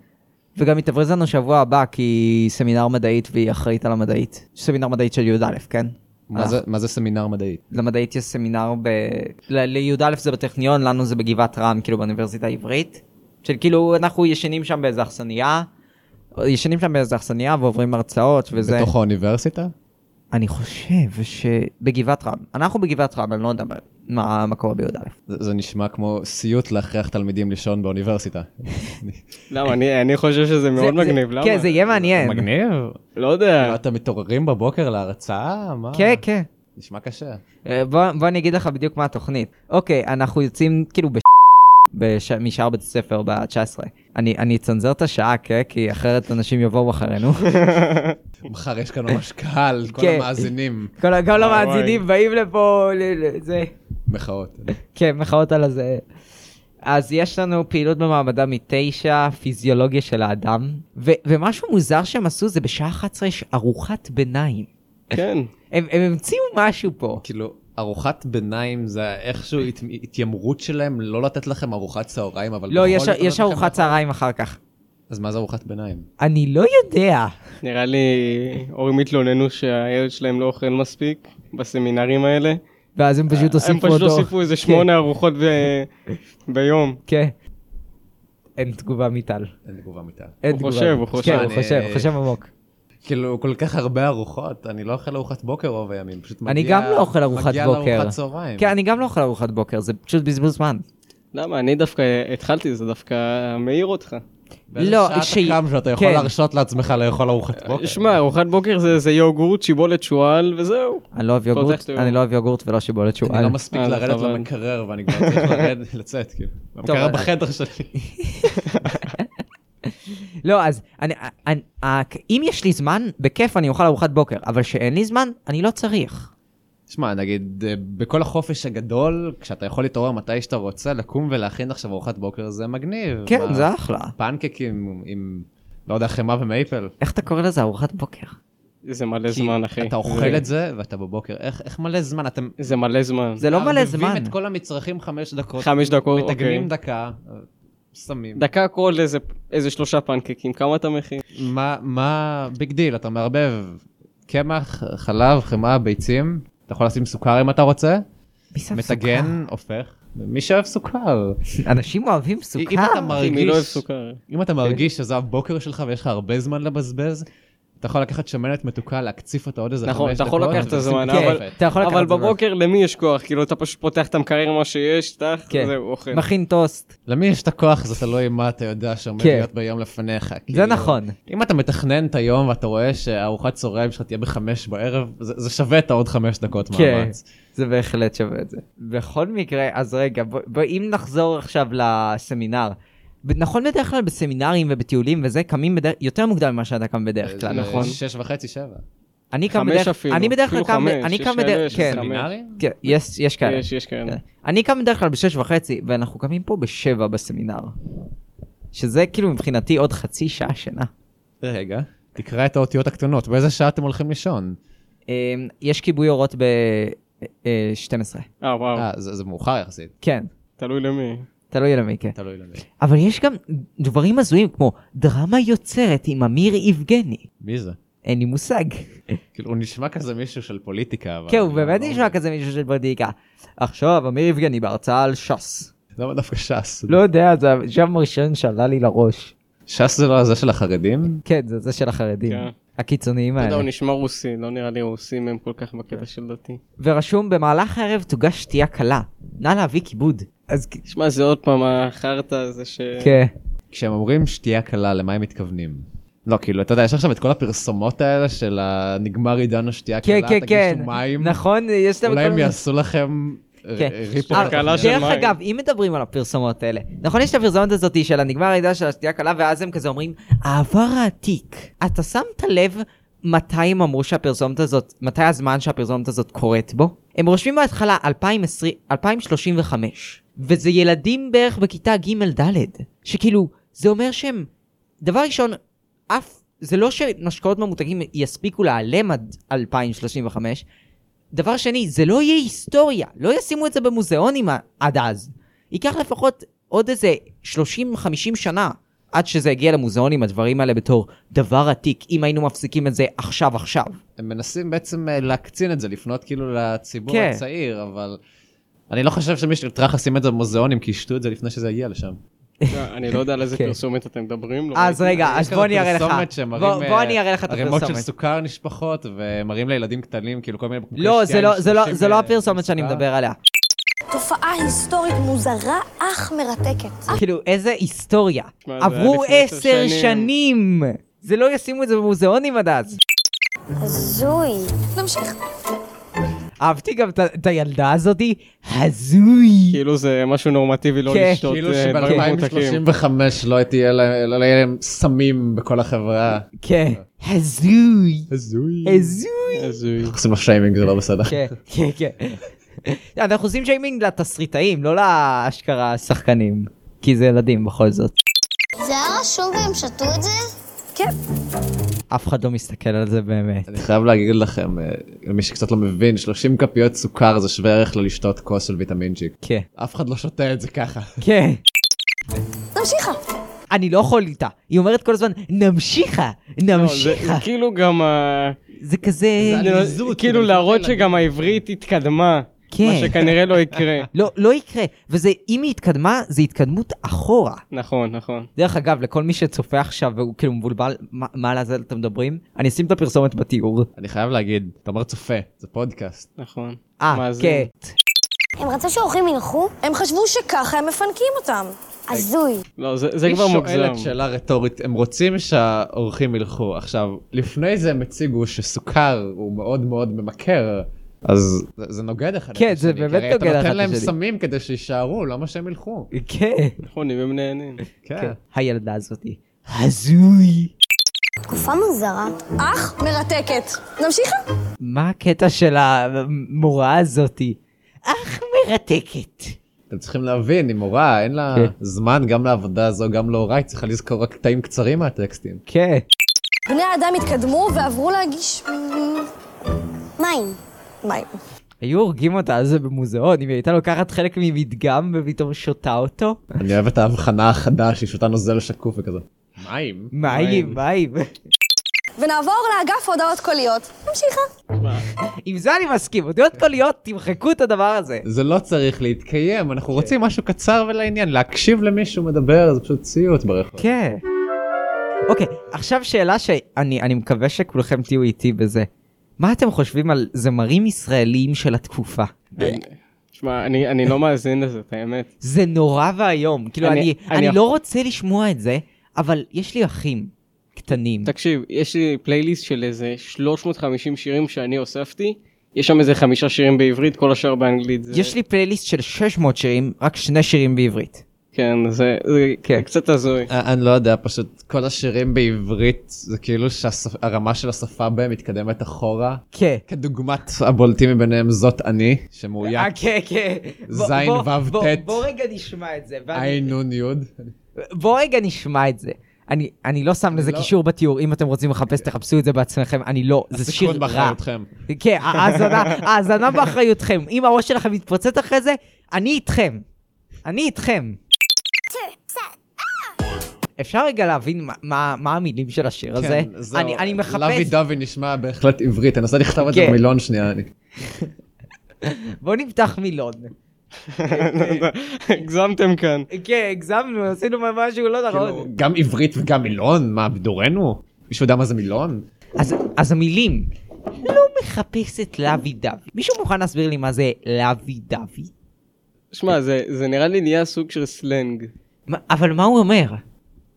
וגם היא תבריז לנו שבוע הבא, כי היא סמינר מדעית והיא אחראית על המדעית. סמינר מדעית של י"א, כן?
מה זה- מה זה סמינר מדעי?
למדעית יש סמינר ב... ל- לי"א זה בטכניון, לנו זה בגבעת רם, כאילו באוניברסיטה העברית. של כאילו, אנחנו ישנים שם באיזה אכסניה, ישנים שם באיזה אכסניה ועוברים הרצאות וזה.
בתוך האוניברסיטה?
אני חושב שבגבעת רם, אנחנו בגבעת רם, אני לא יודע מה- מה המקור בי"א.
זה זה נשמע כמו סיוט להכריח תלמידים לישון באוניברסיטה.
למה? אני- אני חושב שזה מאוד
זה- זה-
מגניב, למה?
כן, זה יהיה מעניין.
מגניב. אה,
לא יודע.
אתם מתעוררים בבוקר להרצאה? מה?
כן, כן.
נשמע קשה.
אה, בוא, בוא אני אגיד לך בדיוק מה התוכנית. אוקיי, אנחנו יוצאים כאילו בש... בש... משאר בית הספר ב-19. אני, אני אצנזר את השעה, כן? כי אחרת אנשים יבואו אחרינו.
מחר יש כאן ממש קהל, כל
כן.
המאזינים,
כל, ה- כל
וואי,
המאזינים באים לפה, ל- ל- זה...
מחאות.
כן, מחאות על הזה. אז יש לנו פעילות במעבדה מתשע, פיזיולוגיה של האדם, ו- ומשהו מוזר שהם עשו זה בשעה 11 יש ארוחת ביניים.
כן.
הם, הם המציאו משהו פה.
כאילו, ארוחת ביניים זה איכשהו הת- התיימרות שלהם לא לתת לכם ארוחת צהריים, אבל
לא,
נכון,
בכל
יש,
זאת
יש
לתת לכם
ארוחת צהריים אחר כך.
אז מה זה ארוחת ביניים?
אני לא יודע.
נראה לי הורים התלוננו שהילד שלהם לא אוכל מספיק בסמינרים האלה.
ואז הם פשוט
אה, הם
הוסיפו
פשוט
אותו.
הוסיפו איזה שמונה ארוחות ב- ביום.
כן. אין תגובה מטל.
אין תגובה מיטה.
אין
הוא
תגובה.
חושב, הוא חושב. אה,
כן, הוא
אני-
חושב, הוא חושב עמוק.
כאילו, כל כך הרבה ארוחות, אני לא אוכל ארוחת בוקר רוב הימים, פשוט מגיע...
אני גם לא אוכל ארוחת בוקר.
מגיע לארוחת צהריים.
כן, אני גם לא אוכל ארוחת בוקר, זה פשוט בזבוז זמן.
למה? אני דווקא התחלתי, זה דווקא מעיר אותך.
באיזה
לא,
שעה
שהיא-
אתה קם שאתה יכול
כן.
להרשות לעצמך לאכול ארוחת
אוקיי.
בוקר.
אה, שמע, ארוחת בוקר זה זה יוגורט, שיבולת שועל וזהו.
אני לא אוהב
פותח
יוגורט,
את היום.
אני לא אוהב יוגורט ולא שיבולת
אני
שועל.
לא מספיק
אה,
לרדת
חבל.
למקרר ואני כבר
(laughs)
צריך לרדת, לצאת, כאילו. המקרר
אבל-
בחדר שלי.
לא, אז אני- אני- אה, אם יש לי זמן, בכיף אני אוכל ארוחת בוקר, אבל כשאין לי זמן, אני לא צריך.
שמע, נגיד, אה, בכל החופש הגדול, כשאתה יכול להתעורר מתי שאתה רוצה, לקום ולהכין עכשיו ארוחת בוקר זה מגניב.
כן,
מה-
זה אחלה.
פנקקים עם, לא יודע, חמאה ומייפל.
איך אתה קורא לזה ארוחת בוקר?
זה מלא
כי
זמן, אחי.
אתה אוכל את זה ואתה בבוקר, איך איך מלא זמן, אתם
זה מלא זמן.
זה לא מלא זמן.
מערבבים את כל המצרכים חמש דקות,
חמש דקות, אוקיי.
מתגנים דקה, שמים.
דקה כל איזה- איזה שלושה פנקקים, כמה אתה מכין?
מה- מה ביג דיל, אתה מערבב קמח, חלב, חמאה, ביצים, אתה יכול לשים סוכר אם אתה רוצה,
מי שם
מטגן, הופך. מי שאוהב סוכר.
סוכר? אנשים אוהבים
אם
סוכר?
אתה
אחי, מי לא אוהב כן.
מרגיש,
סוכר?
אם אתה מרגיש שזה הבוקר שלך ויש לך הרבה זמן לבזבז, אתה יכול לקחת שמנת מתוקה, להקציף אותה עוד איזה חמש דקות.
נכון, אתה יכול לקחת את
ולשים
הזמן,
כן,
אבל-
אתה יכול לקחת
אבל
את זה
בבוקר למי יש כוח? כאילו אתה פשוט פותח את המקרר מה שיש, טח,
כן.
זהו, אוכל.
מכין טוסט.
למי יש את הכוח זה תלוי מה אתה יודע שעומד
כן.
להיות ביום לפניך.
זה
כאילו,
נכון.
אם אתה מתכנן את היום ואתה רואה שהארוחת צהריים שלך תהיה בחמש בערב, זה זה שווה את העוד חמש דקות
כן.
מאמץ.
זה בהחלט שווה את זה. בכל מקרה, אז רגע, בוא, בוא, אם נחזור עכשיו לסמינר. ב- נכון בדרך כלל בסמינרים ובטיולים וזה, קמים בדרך, יותר מוקדם ממה שאתה קם בדרך כלל.
זה
נכון.
שש וחצי, שבע.
אני קם
חמש
בדרך,
אפילו,
אני בדרך כלל
אפילו
קם, ב-
חמש,
אני
יש
קם
כאלה
בדרך,
שזה
כן,
חמש.
סמינרים?
כן, יש, יש כאלה.
יש, יש כאלה.
כן. אני קם בדרך כלל בשש וחצי, ואנחנו קמים פה בשבע בסמינר. שזה כאילו מבחינתי עוד חצי שעה שינה.
רגע, תקרא את האותיות הקטנות, באיזה שעה אתם הולכים לישון?
אמ, יש כיבוי אורות ב-12.
אה, וואו,
אה, זה זה מאוחר יחסית,
כן,
תלוי למי.
תלוי למי, כן.
תלוי למי.
אבל יש גם דברים הזויים כמו דרמה יוצרת עם אמיר יבגני.
מי זה?
אין לי מושג.
כאילו, הוא נשמע כזה מישהו של פוליטיקה, אבל...
כן, הוא
אני
באמת
לא-
נשמע כזה מישהו של פוליטיקה. עכשיו, אמיר יבגני בהרצאה על ש"ס.
למה דווקא ש"ס?
לא יודע, זה השם הראשון שעלה לי לראש.
ש"ס זה לא הזה של החרדים?
כן, זה זה של החרדים.
כן.
הקיצוניים
אתה יודע,
האלה.
הוא נשמע רוסי, לא נראה לי רוסים הם כל כך
כן.
בקטע של דתי.
ורשום, במהלך הערב תוגש שתייה קלה. נא להביא כיבוד. אז כ-
שמע, זה עוד פעם החרטא הזה ש...
כן.
כשהם אומרים שתייה קלה, למה הם מתכוונים? לא, כאילו, אתה יודע, יש עכשיו את כל הפרסומות האלה של הנגמר עידן השתייה
כן,
קלה,
כן, כן.
תגישו מים,
נכון, יש להם...
אולי
כל
הם
מיני-
יעשו לכם אה, ר-
כן.
ריפו.
שתייה
על
קלה
התוכניות.
דרך
מים.
אגב, אם מדברים על הפרסומות האלה, נכון יש את הפרסומת הזאת של הנגמר העידן של השתייה קלה, ואז הם כזה אומרים, העבר העתיק. אתה שמת לב מתי הם אמרו שהפרסומת הזאת, מתי הזמן שהפרסומת הזאת קורית בו? הם רושמים בהתחלה 2020, 2035, וזה ילדים בערך בכיתה ג'-ד', שכאילו, זה אומר שהם, דבר ראשון, אף, זה לא שמשקאות ממותגים יספיקו להיעלם עד 2035, דבר שני, זה לא יהיה היסטוריה, לא ישימו את זה במוזיאונים עד אז. ייקח לפחות עוד איזה 30-50 שנה עד שזה יגיע למוזיאונים, הדברים האלה בתור דבר עתיק, אם היינו מפסיקים את זה עכשיו עכשיו.
הם מנסים בעצם אה, להקצין את זה, לפנות כאילו לציבור
כן.
הצעיר, אבל... אני לא חושב שמישהו יטרח לשים את זה במוזיאונים, כי ישתו את זה לפני שזה יגיע לשם.
אני לא יודע על איזה
כן. אה,
פרסומת אתם מדברים. לא
אז
ראיתי.
רגע,
יש
אז
כזה
בוא אני אראה לך.
פרסומת שמראים,
בוא- בוא
אה,
אני אראה לך את
ערימות של
הפרסומת.
סוכר נשפחות, ומראים לילדים קטנים, כאילו כל מיני... בקבוקי
לא,
שתייה
זה לא-
עם
זה לא-
30,
זה לא
אה,
הפרסומת שאני
סוכר.
מדבר עליה.
תופעה היסטורית מוזרה אך מרתקת.
כאילו, איזה היסטוריה.
אה,
שמע, זה היה
עברו
לפני עשר
עשר
שנים.
שנים. זה לא ישימו את זה במוזיאונים עד אז.
הזוי. נמשיך.
אהבתי גם את ה- את הילדה הזאתי, הזוי.
כאילו זה משהו נורמטיבי לא
כן.
לשתות
כאילו
אה, דברים מותקים.
שב-2035 לא תהיה להם, לא יהיה להם סמים בכל החברה.
כן, הזוי.
הזוי.
הזוי.
הזוי.
עושים לו שיימינג זה לא בסדר.
כן, כן, כן. (laughs) אנחנו עושים שיימינג לתסריטאים, לא לאשכרה השחקנים. כי זה ילדים בכל זאת.
זה היה רשום והם שתו את זה? כן.
אף אחד לא מסתכל על זה באמת.
אני חייב להגיד לכם, אה, למי שקצת לא מבין, 30 כפיות סוכר זה שווה ערך ללשתות כוס של ויטמינצ'יק.
כן.
אף אחד לא שותה את זה ככה.
כן.
נמשיכה.
אני לא יכול איתה. היא אומרת כל הזמן, נמשיכה,
לא, זה זה
נמשיכה.
כאילו גם ה...
כן. זה כזה...
זה-
כאילו
עליזות, כאילו,
להראות
זה-
שגם העברית התקדמה.
כן.
מה שכנראה לא יקרה.
לא, לא יקרה. וזה, אם היא התקדמה, זה התקדמות אחורה.
נכון, נכון.
דרך אגב, לכל מי שצופה עכשיו והוא כאילו מבולבל, מה- מה על זה אתם מדברים? אני אשים את הפרסומת בתיאור.
אני חייב להגיד, אתה אומר צופה, זה פודקאסט.
נכון.
אה,
מאזין.
כן.
הם רצו שהאורחים ינחו? הם חשבו שככה הם מפנקים אותם. הזוי.
לא, זה זה
היא
כבר מוגזם.
שואלת שאלה רטורית, הם רוצים שהאורחים ילכו. עכשיו, לפני זה הם הציגו שסוכר הוא מאוד מאוד ממכר. אז זה- זה נוגד אחד את
כן, זה
השני, כי
באמת
הרי
נוגד
אתה
אחד
נותן
את
להם
השני.
סמים כדי שיישארו, למה שהם ילכו?
כן.
נכון, אם הם נהנים.
כן.
כן.
הילדה הזאתי. הזוי.
תקופה מוזרה. אך מרתקת. נמשיכה?
מה הקטע של המורה הזאתי? אך מרתקת.
אתם צריכים להבין, היא מורה, אין לה
כן.
זמן גם לעבודה הזו, גם להוראה, היא צריכה לזכור רק קטעים קצרים מהטקסטים.
כן.
בני האדם התקדמו ועברו להגיש... מים. מים.
היו הורגים אותה על זה במוזיאון, אם היא הייתה לוקחת חלק ממדגם ופתאום שותה אותו.
אני אוהב את ההבחנה החדה שהיא שותה נוזל שקוף וכזה. מים?
מים, מים.
ונעבור לאגף הודעות קוליות. נמשיכה.
(laughs) עם זה אני מסכים, אותיות קוליות, תמחקו את הדבר הזה.
זה לא צריך להתקיים, אנחנו רוצים משהו קצר ולעניין, להקשיב למישהו מדבר זה פשוט ציוט ברחוב.
כן. אוקיי, עכשיו שאלה שאני אני מקווה שכולכם תהיו איתי בזה. מה אתם חושבים על זמרים ישראלים של התקופה?
שמע, אני אני לא מאזין לזה, את האמת.
זה נורא ואיום. כאילו, אני,
אני-
אני,
אני
אני
יכול-
לא רוצה לשמוע את זה, אבל יש לי אחים קטנים.
תקשיב, יש לי פלייליסט של איזה 350 שירים שאני הוספתי, יש שם איזה חמישה שירים בעברית, כל השאר באנגלית. זה-
יש לי פלייליסט של 600 שירים, רק שני שירים בעברית.
כן, זה זה
כן. (laughs)
קצת הזוי.
אה, אני לא יודע, פשוט כל השירים בעברית זה כאילו שהרמה של השפה בהם מתקדמת אחורה.
כן.
כדוגמת הבולטים מביניהם זאת אני,
אה,
שמאויק
כן, כן. בוא-
זין,
בוא-
וו,
בוא-
טית.
בוא רגע נשמע את זה. ואני-
עין נון יוד.
בוא רגע נשמע את זה. אני, אני לא שם לזה
לא-
קישור בתיאור, אם אתם רוצים לחפש, תחפשו את זה בעצמכם, אני לא, זה שיר
הסיכון
רע.
באחריותכם.
כן, ההאזנה, ההאזנה באחריותכם. אם הראש שלכם מתפוצץ אחרי זה, אני איתכם. אני איתכם. אפשר רגע להבין מה- מה מה המילים של השיר הזה?
כן, זהו.
אני אני
לוי
מחפש,
דווי נשמע בהחלט עברית, אני אנסה לכתוב את זה
כן.
במילון שנייה. אני-
בוא נפתח מילון.
הגזמתם כאן.
כן, הגזמנו, עשינו משהו לא נכון.
כאילו, גם עברית וגם מילון? מה, בדורנו? מישהו יודע מה זה מילון?
אז- אז המילים, לא מחפשת לוי דווי. מישהו מוכן להסביר לי מה זה לוי דווי?
שמע, זה זה נראה לי נהיה סוג של סלנג.
מה- אבל מה הוא אומר?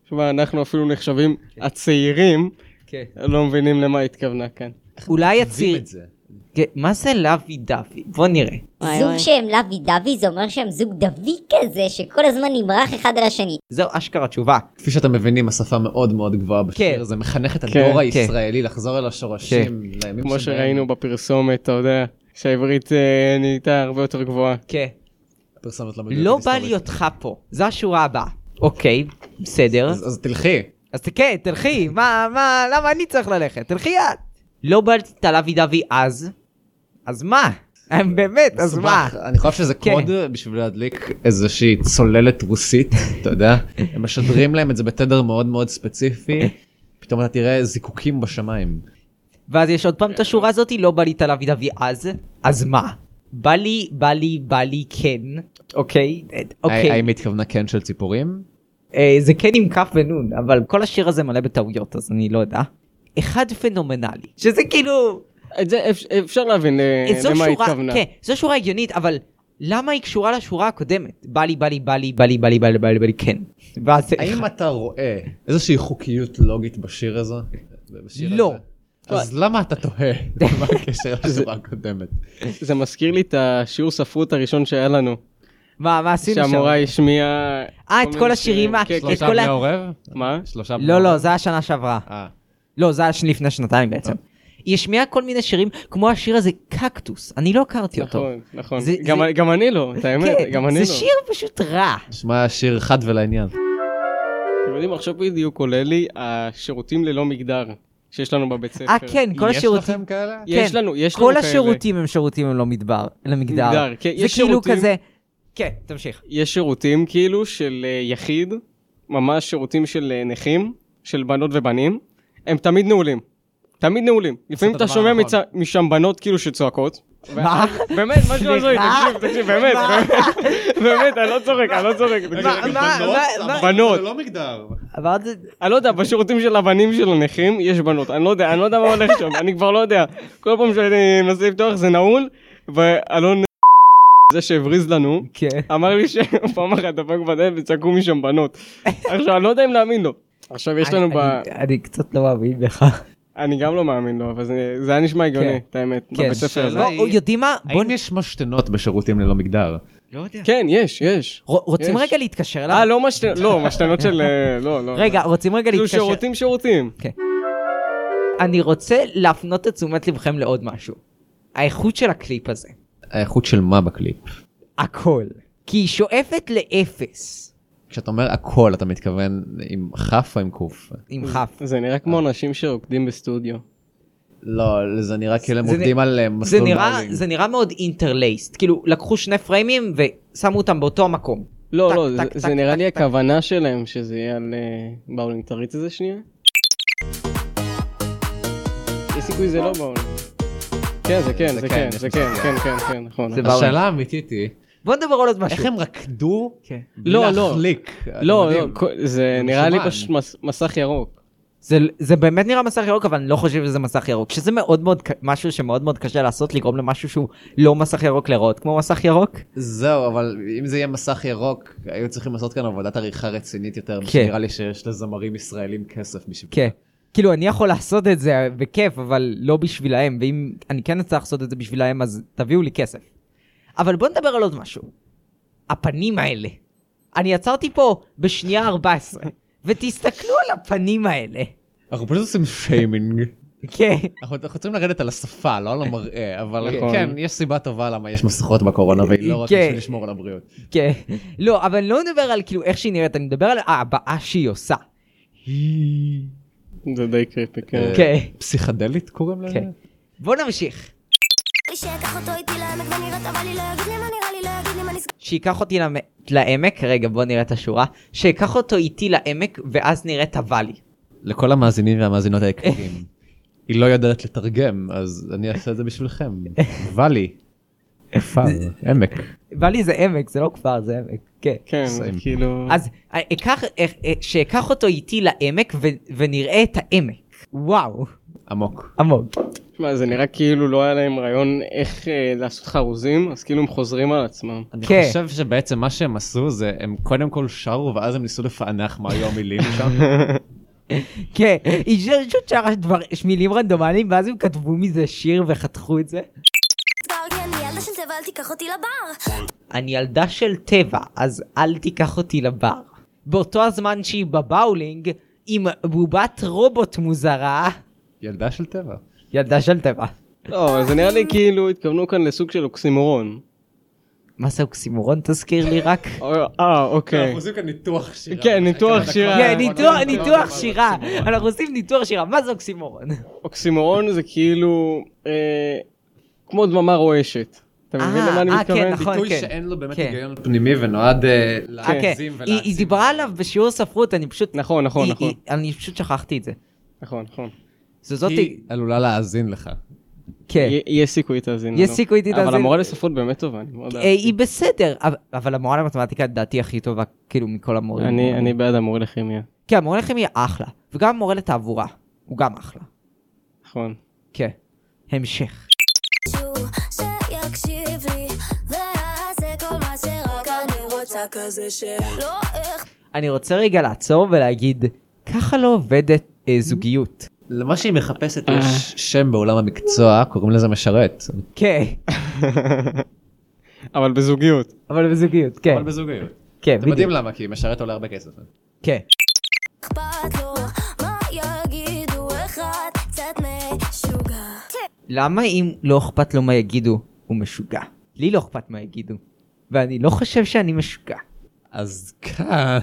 שמע, אנחנו אפילו נחשבים הצעירים,
כן.
לא מבינים למה התכוונה כאן.
לא אולי
עושים
הציר...
את זה.
כן, מה זה לוי דווי? בוא נראה.
זוג שהם לוי דווי זה אומר שהם זוג דווי כזה שכל הזמן נמרח אחד על השני.
זהו אשכרה תשובה.
כפי שאתם מבינים, השפה מאוד מאוד גבוהה
כן.
בשיר, זה מחנך את
כן,
הדור
כן.
הישראלי לחזור אל השורשים, לימים
כמו
שבהם-
שראינו בפרסומת, אתה יודע, שהעברית אה, נהייתה הרבה יותר גבוהה.
כן.
פרסומת לא מדויקת
לא בא
היסטורית.
לי אותך פה. זו השורה הבאה. אוקיי, בסדר.
אז אז תלכי.
אז כן, תלכי. מה, מה, למה אני צריך ללכת? תלכי את. לא בא לי את הלוי דווי אז. אז מה? (laughs) באמת, אז מה?
מסובך. אני חושב שזה
כן.
קוד בשביל להדליק איזושהי צוללת רוסית, (laughs) אתה יודע? הם משדרים להם את זה בתדר מאוד מאוד ספציפי, פתאום אתה תראה זיקוקים בשמיים.
ואז יש עוד פעם את השורה הזאתי, לא בא לי את הלוי דווי אז. אז מה? בא לי, בא לי, בא לי כן. אוקיי?
האם
אוקיי.
האם היא התכוונה כן של ציפורים?
אה, זה כן עם כף ונון, אבל כל השיר הזה מלא בטעויות, אז אני לא יודע. אחד פנומנלי, שזה כאילו,
את זה אפ- אפשר להבין אה,
זו
למה
שורה,
התכוונה.
כן, זו שורה הגיונית, אבל למה היא קשורה לשורה הקודמת? בא לי, בא לי, בא לי, בא לי, בא לי, בא לי, בא לי, בא לי, כן. ואז, (laughs)
האם אתה רואה איזושהי חוקיות לוגית בשיר הזה? בשיר
לא.
הזה? אז למה אתה
(laughs)
תוהה מה הקשר לשורה הקודמת?
זה מזכיר לי את השיעור ספרות הראשון שהיה לנו.
מה, מה עשינו שם?
שהמורה השמיעה...
אה, את
מיני
כל השירים,
שירים,
ה-
כן,
את
כן.
כל ה-
עורב? אה,
מה?
שלושה בני
לא, לא,
עורב?
זה היה שנה שעברה.
אה,
לא, זה היה שני- לפני שנתיים בעצם. היא השמיעה כל מיני שירים, כמו השיר הזה, קקטוס. אני לא הכרתי אותו.
נכון, נכון.
זה-
גם-
זה-
גם אני לא, את האמת,
כן,
גם אני
זה
לא.
שיר פשוט רע.
נשמע שיר חד ולעניין.
אתם יודעים, עכשיו בדיוק עולה לי השירותים ללא מגדר שיש לנו בבית ספר.
אה, כן, כל השירותים.
כאלה?
יש
כן,
לנו, יש לנו
כל
כאלה.
השירותים הם שירותים הם לא מדבר, למגדר.
מגדר, כן,
זה
יש
כאילו
שירותים-
כזה... כן, תמשיך.
יש שירותים כאילו של אה, יחיד, ממש שירותים של אה, נכים, של בנות ובנים, הם תמיד נעולים. תמיד נעולים. לפעמים אתה
הדבר
שומע
הנכון.
מצ- משם בנות כאילו שצועקות.
מה?
באמת, משהו הזוי,
סליחה?
תקשיב, תקשיב, באמת, באמת, באמת, אני לא צוחק, אני לא צוחק.
מה-
תקשיב.
מה- מה-
בנות.
לא מגדר.
אמרת...
אני לא יודע, בשירותים של הבנים של הנכים יש בנות, אני לא יודע, אני לא יודע מה הולך שם, אני כבר לא יודע. כל פעם שאני מנסה לפתוח זה נעול, ואלון (laughs) זה שהבריז לנו,
כן.
אמר לי שפעם אחת דפק בדלת וצעקו משם בנות. עכשיו אני לא יודע אם להאמין לו. עכשיו יש לנו
אני-
ב...
אני- אני קצת לא מאמין לך.
אני גם לא מאמין לו, אבל זה- זה היה נשמע הגיוני,
כן.
את האמת,
כן.
בבית הספר הזה.
שאלה-
בוא, יודעים מה? בוא
האם יש משתנות בשירותים ללא מגדר?
לא יודע.
כן, יש, יש.
רוצים
יש.
רגע להתקשר אליו?
אה, לא משתנות, לא, משתנות של... אה, לא, לא.
רגע, רוצים רגע
כאילו
להתקשר.
שירותים, שירותים.
אני רוצה להפנות את תשומת לבכם לעוד משהו. האיכות של הקליפ הזה.
האיכות של מה בקליפ?
הכל. כי היא שואפת לאפס.
כשאתה אומר הכל, אתה מתכוון עם כף או עם קוף?
עם
אה,
כף.
זה נראה
אה.
כמו אנשים שרוקדים בסטודיו.
לא, זה נראה כאילו הם
זה
עובדים
נ-
על אה,
זה
מסלול
נראה,
ברלינג.
זה נראה מאוד אינטרלייסט. כאילו, לקחו שני פריימים ושמו אותם באותו המקום.
לא,
טק,
לא,
טק,
זה-
טק,
זה נראה
טק,
לי
טק.
הכוונה שלהם שזה יהיה על... אה, באולינג, תריץ את זה שנייה. יש סיכוי זה לא באולינג. כן, זה כן,
זה
זה
כן,
כן,
יש
זה כן, כן, כן, כן, נכון.
זה באולינג.
השאלה האמיתית היא,
בוא נדבר על עוד משהו.
איך הם רקדו
כן.
בלי
לא, לא.
להחליק?
לא, לא,
מדהים.
כל- זה
זה
נראה לי
משומן.
פשוט מס- מסך ירוק.
זה, זה באמת נראה מסך ירוק, אבל אני לא חושב שזה מסך ירוק. שזה מאוד מאוד, ק- משהו שמאוד מאוד קשה לעשות, לגרום למשהו שהוא לא מסך ירוק להיראות כמו מסך ירוק.
זהו, אבל אם זה יהיה מסך ירוק, היו צריכים לעשות כאן עבודת עריכה רצינית יותר,
כן.
שנראה לי שיש לזמרים ישראלים כסף בשביל...
כן. כאילו, אני יכול לעשות את זה בכיף, אבל לא בשבילהם, ואם אני כן אצטרך לעשות את זה בשבילהם, אז תביאו לי כסף. אבל בוא נדבר על עוד משהו. הפנים האלה. אני עצרתי פה בשנייה 14, ותסתכלו על הפנים האלה.
אנחנו פשוט עושים שיימינג.
כן.
אנחנו אנחנו צריכים לרדת על השפה, לא על המראה, אבל
נכון.
כן, יש סיבה טובה למה יש מסכות בקורונה, והיא לא רק
כן.
בשביל לשמור על הבריאות.
כן. לא, אבל אני לא מדבר על כאילו איך שהיא נראית, אני מדבר על ההבעה שהיא עושה.
זה די קריפי,
אה,
כן.
כן.
פסיכדלית קוראים לזה?
כן. בוא נמשיך.
שייקח אותו איתי לעמק ונראית, אבל היא לא יגיד לי מה נראה לי, לא יגיד לי מה נסגר.
שייקח אותי למ- לעמק, רגע בוא נראה את השורה, שייקח אותו איתי לעמק ואז נראה את הוואלי.
לכל המאזינים והמאזינות היקרים, (laughs) היא לא יודעת לתרגם, אז אני אעשה את זה בשבילכם. ואלי, כפר, עמק.
ואלי זה עמק, זה לא כפר, זה עמק, כן.
כן, זה
סיים.
כאילו...
אז אה, אקח, אה, אה, שאקח אותו איתי לעמק ו- ונראה את העמק. וואו,
עמוק.
עמוק.
תשמע, זה נראה כאילו לא היה להם רעיון איך אה, לעשות חרוזים, אז כאילו הם חוזרים על עצמם.
אני
כן.
חושב שבעצם מה שהם עשו זה הם קודם כל שרו ואז הם ניסו לפענח מה היו המילים שם.
כן, היא ש- פשוט שרה דבר- מילים רנדומליים ואז הם כתבו מזה שיר וחתכו את זה.
כי אני ילדה של צבע, אל תיקח אותי לבר.
אני ילדה של טבע, אז אל תיקח אותי לבר. באותו הזמן שהיא בבאולינג, עם בובת רובוט מוזרה,
ילדה של טבע.
ילדה של טבע.
לא, אבל זה נראה לי כאילו התכוונו כאן לסוג של אוקסימורון.
מה זה אוקסימורון תזכיר לי רק?
כן,
אה, אה, אוקיי.
עושים כאן ניתוח שירה.
כן, ניתוח שירה.
כן, ניתוח-
לא, לא, לא, לא,
ניתוח
לא,
שירה,
אוקסימורון. כן.
אנחנו עושים ניתוח שירה, מה זה אוקסימורון?
אוקסימורון זה כאילו אה, כמו דממה רועשת. אתה מבין
אה,
למה אני
אה,
מתכוון?
כן, נכון.
ביטוי שאין לו באמת
כן.
היגיון פנימי ונועד אה,
אה, כן. היא- היא
להעצים ולהעצים.
דיברה עליו בשיעור ספרות, אני פשוט...
נכון, נכון,
היא-
נכון.
היא- אני פשוט שכחתי את זה.
נכון, נכון.
זו זאתי,
היא עלולה להאזין לך.
כן.
יה- יש סיכוי תאזין לנו.
יש סיכוי תאזין.
אבל המורה לספרות באמת טובה, אני מאוד
אה,
אהבתי.
היא בסדר, אבל- אבל המורה למתמטיקה לדעתי הכי טובה, כאילו, מכל המורים.
אני- אני בעד המורה לכימיה.
כן, המורה לכימיה אחלה, וגם המורה לתעבורה, הוא גם אחלה.
נכון.
כן. המשך.
שהוא שיקשיב לי, ויעשה כל מה שרק אני רוצה כזה שלא איך...
אני רוצה רגע לעצור ולהגיד, ככה לא עובדת אה, זוגיות.
למה שהיא מחפשת יש שם בעולם המקצוע, קוראים לזה משרת.
כן,
אבל בזוגיות.
אבל בזוגיות, כן.
אבל בזוגיות.
כן,
אתם יודעים
בדיוק.
למה, כי משרת עולה הרבה כסף.
כן.
אכפת לו, מה יגידו אחד קצת משוגע.
למה אם לא אכפת לו מה יגידו, הוא משוגע? לי לא אכפת מה יגידו, ואני לא חושב שאני משוגע.
אז כאן...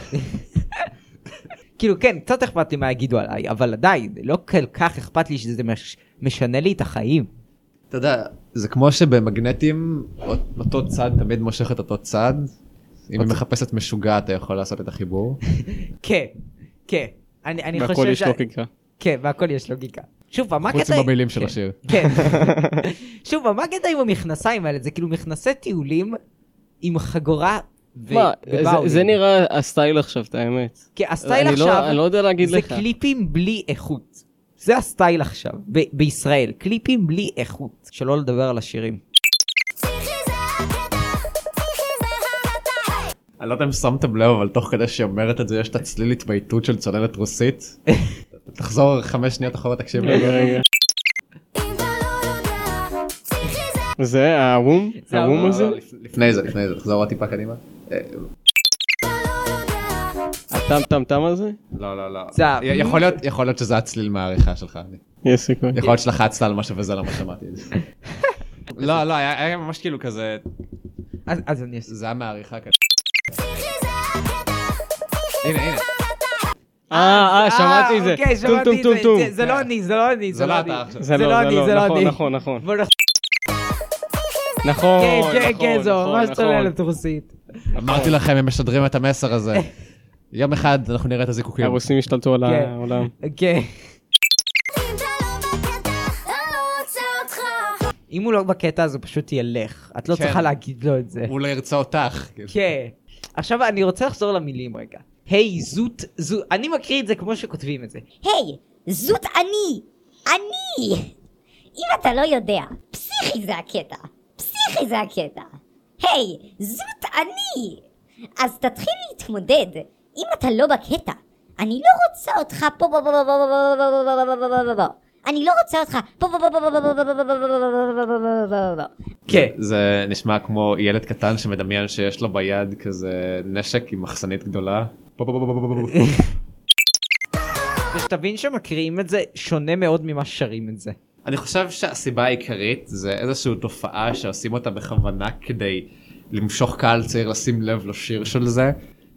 כאילו כן, קצת אכפת לי מה יגידו עליי, אבל עדיין, לא כל כך אכפת לי שזה מש... משנה לי את החיים.
אתה יודע, זה כמו שבמגנטים אותו צד תמיד מושך את אותו צד. אם היא מחפשת משוגע אתה יכול לעשות את החיבור.
כן, כן. אני, אני חושב
והכל יש
שה-
לוגיקה.
כן, והכל יש לוגיקה. שוב פעם, מה קטע...
חוץ מהמילים של
כן,
השיר.
כן. (laughs) שוב פעם, מה הקטע עם המכנסיים האלה? זה כאילו מכנסי טיולים עם חגורה ו-
מה, זה-
ובאולים.
זה נראה הסטייל עכשיו, את האמת.
כי הסטייל
אני לא-
עכשיו,
אני לא יודע להגיד
זה
לך.
קליפים בלי איכות. זה הסטייל עכשיו, ב- בישראל. קליפים בלי איכות. שלא לדבר על השירים.
פסיכי זה הקטע, פסיכי זה הרטה, היי.
אני לא יודע אם שמתם לב אבל תוך כדי שהיא אומרת את זה יש את הצליל התבייתות של צוללת רוסית. תחזור חמש שניות אחורה תקשיב.
רגע, רגע.
אם אתה לא יודע, פסיכי זה
זה הוום?
זה
הוום
הוום.
הזה?
לא, לפני זה לפני זה תחזור עוד טיפה קדימה. אה,
הטם טם טם הזה?
לא לא לא.
זה ה-
י- יכול להיות יכול להיות שזה הצליל מהעריכה שלך. אני-
יש סיכוי.
יכול להיות שלחצת על משהו וזה למה שמעתי את זה. לא לא היה היה ממש כאילו כזה
אז, אז אני אעשה.
זה היה מהעריכה כזה. הנה הנה
אה, אה, שמעתי את זה.
אוקיי,
טום טום
שמעתי
טום
את
טום.
זה. זה לא אני, זה לא אני,
זה
זה
לא
לא
אתה
אני.
עכשיו.
זה לא אני, זה לא
נכון,
אני.
נכון, נכון.
בוא נח-
נכון,
כן, כן,
נכון,
כן, זו
נכון,
ממש
נכון.
צוללת רוסית.
אמרתי לכם הם משדרים את המסר הזה. יום אחד אנחנו נראה את הזיקוקים.
הרוסים השתלטו על
כן.
העולם.
כן.
אם אתה לא בקטע, אני לא רוצה אותך.
אם הוא לא בקטע אז הוא פשוט ילך. את לא
כן.
צריכה להגיד לו את זה.
הוא לא ירצה אותך. כאילו.
כן. עכשיו אני רוצה לחזור למילים רגע. היי, זוט, זוט, אני מקריא את זה כמו שכותבים את זה.
היי, זאת אני! אני! אם אתה לא יודע, פסיכי זה הקטע. פסיכי זה הקטע. היי, זאת אני! אז תתחיל להתמודד. אם אתה לא בקטע, אני לא רוצה אותך פה בו בו בו בו בו בו בו בו בו בו בו בו בו בו אני לא רוצה אותך פה בו בו בו בו בו בו בו בו בו בו בו בו בו בו בו בו
כן.
זה נשמע כמו ילד קטן שמדמיין שיש לו ביד כזה נשק עם מחסנית גדולה. פה, פה, פה, פה, פה, פה, פה.
(laughs) ושתבין שמקריאים את זה שונה מאוד ממה ששרים את זה.
אני חושב שהסיבה העיקרית זה איזושהי תופעה שעושים אותה בכוונה כדי למשוך קהל צעיר לשים לב לשיר של זה.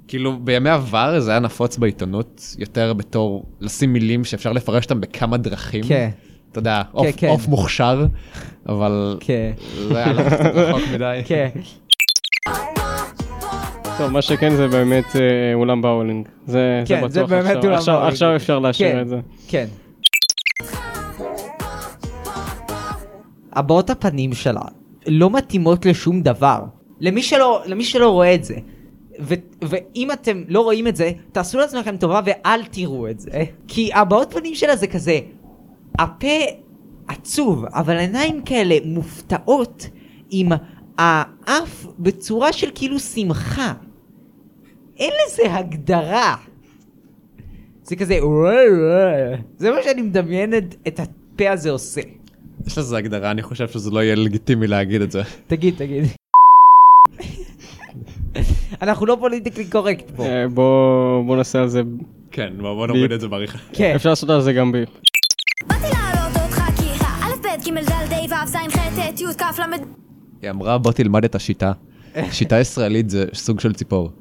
כאילו בימי עבר זה היה נפוץ בעיתונות יותר בתור לשים מילים שאפשר לפרש אותם בכמה דרכים.
כן.
אתה יודע, עוף
כן.
עוף מוכשר, אבל
כן.
זה
(laughs)
היה לך קצת רחוק מדי.
כן.
טוב, מה שכן זה באמת אה, אולם באולינג. זה זה
כן,
בטוח.
זה באמת
עכשיו-
אולם
עכשיו-
באולינג.
עכשיו אפשר
כן.
לאשר את זה.
כן. הבעות הפנים שלה לא מתאימות לשום דבר. למי שלא, למי שלא רואה את זה. ו- ואם אתם לא רואים את זה, תעשו לעצמכם טובה ואל תראו את זה. כי הבעות פנים שלה זה כזה, הפה עצוב, אבל עיניים כאלה מופתעות עם האף בצורה של כאילו שמחה. אין לזה הגדרה. זה כזה, "וואי, וואי". זה מה שאני מדמיין את- את הפה הזה עושה.
יש לזה הגדרה, אני חושב שזה לא יהיה לגיטימי להגיד את זה.
תגיד, תגיד. אנחנו לא פוליטיקלי קורקט פה.
אה, בוא בוא נעשה על זה.
כן, בוא בוא נוריד את זה בעריכה.
כן.
אפשר לעשות על זה גם ביפ.
באתי להעלות אותך כי האלף, בית, גימל, דל, די, וו, זין, ח', ט', י', כ', ל',
היא אמרה בוא תלמד את השיטה. שיטה ישראלית זה סוג של ציפור.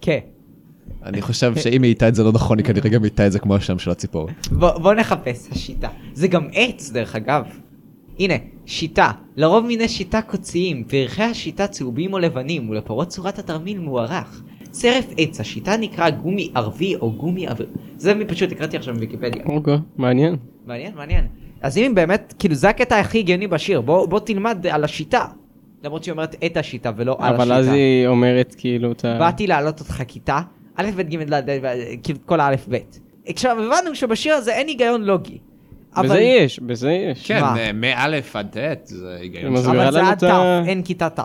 כן.
אני חושב שאם היא הייתה את זה לא נכון, היא כנראה גם הייתה את זה כמו השם של הציפור.
בוא בוא נחפש השיטה. זה גם עץ, דרך אגב. הנה, שיטה. לרוב מיני שיטה קוציים, פרחי השיטה צהובים או לבנים, ולפרות צורת התרמיל מוארך. שרף עץ השיטה נקרא גומי ערבי או גומי עבר... זה אני פשוט הקראתי עכשיו מוויקיפדיה.
אוקיי, מעניין.
מעניין, מעניין. אז אם באמת, כאילו זה הקטע הכי הגיוני בשיר, בוא, בוא תלמד על השיטה. למרות שהיא אומרת את השיטה ולא על השיטה.
אבל אז היא אומרת כאילו את ה...
באתי להעלות אותך כיתה, א' ב' ג' ד' ד', ד', כאילו כל האלף ב'. עכשיו הבנו שבשיר הזה אין היגיון לוגי. אבל,
בזה יש, בזה יש.
כן, מה? אה,
מאלף עד ט' זה
זה מסביר.
אבל
לנו
זה עד
את
ת',
ה-
אין כיתה ת'. כן.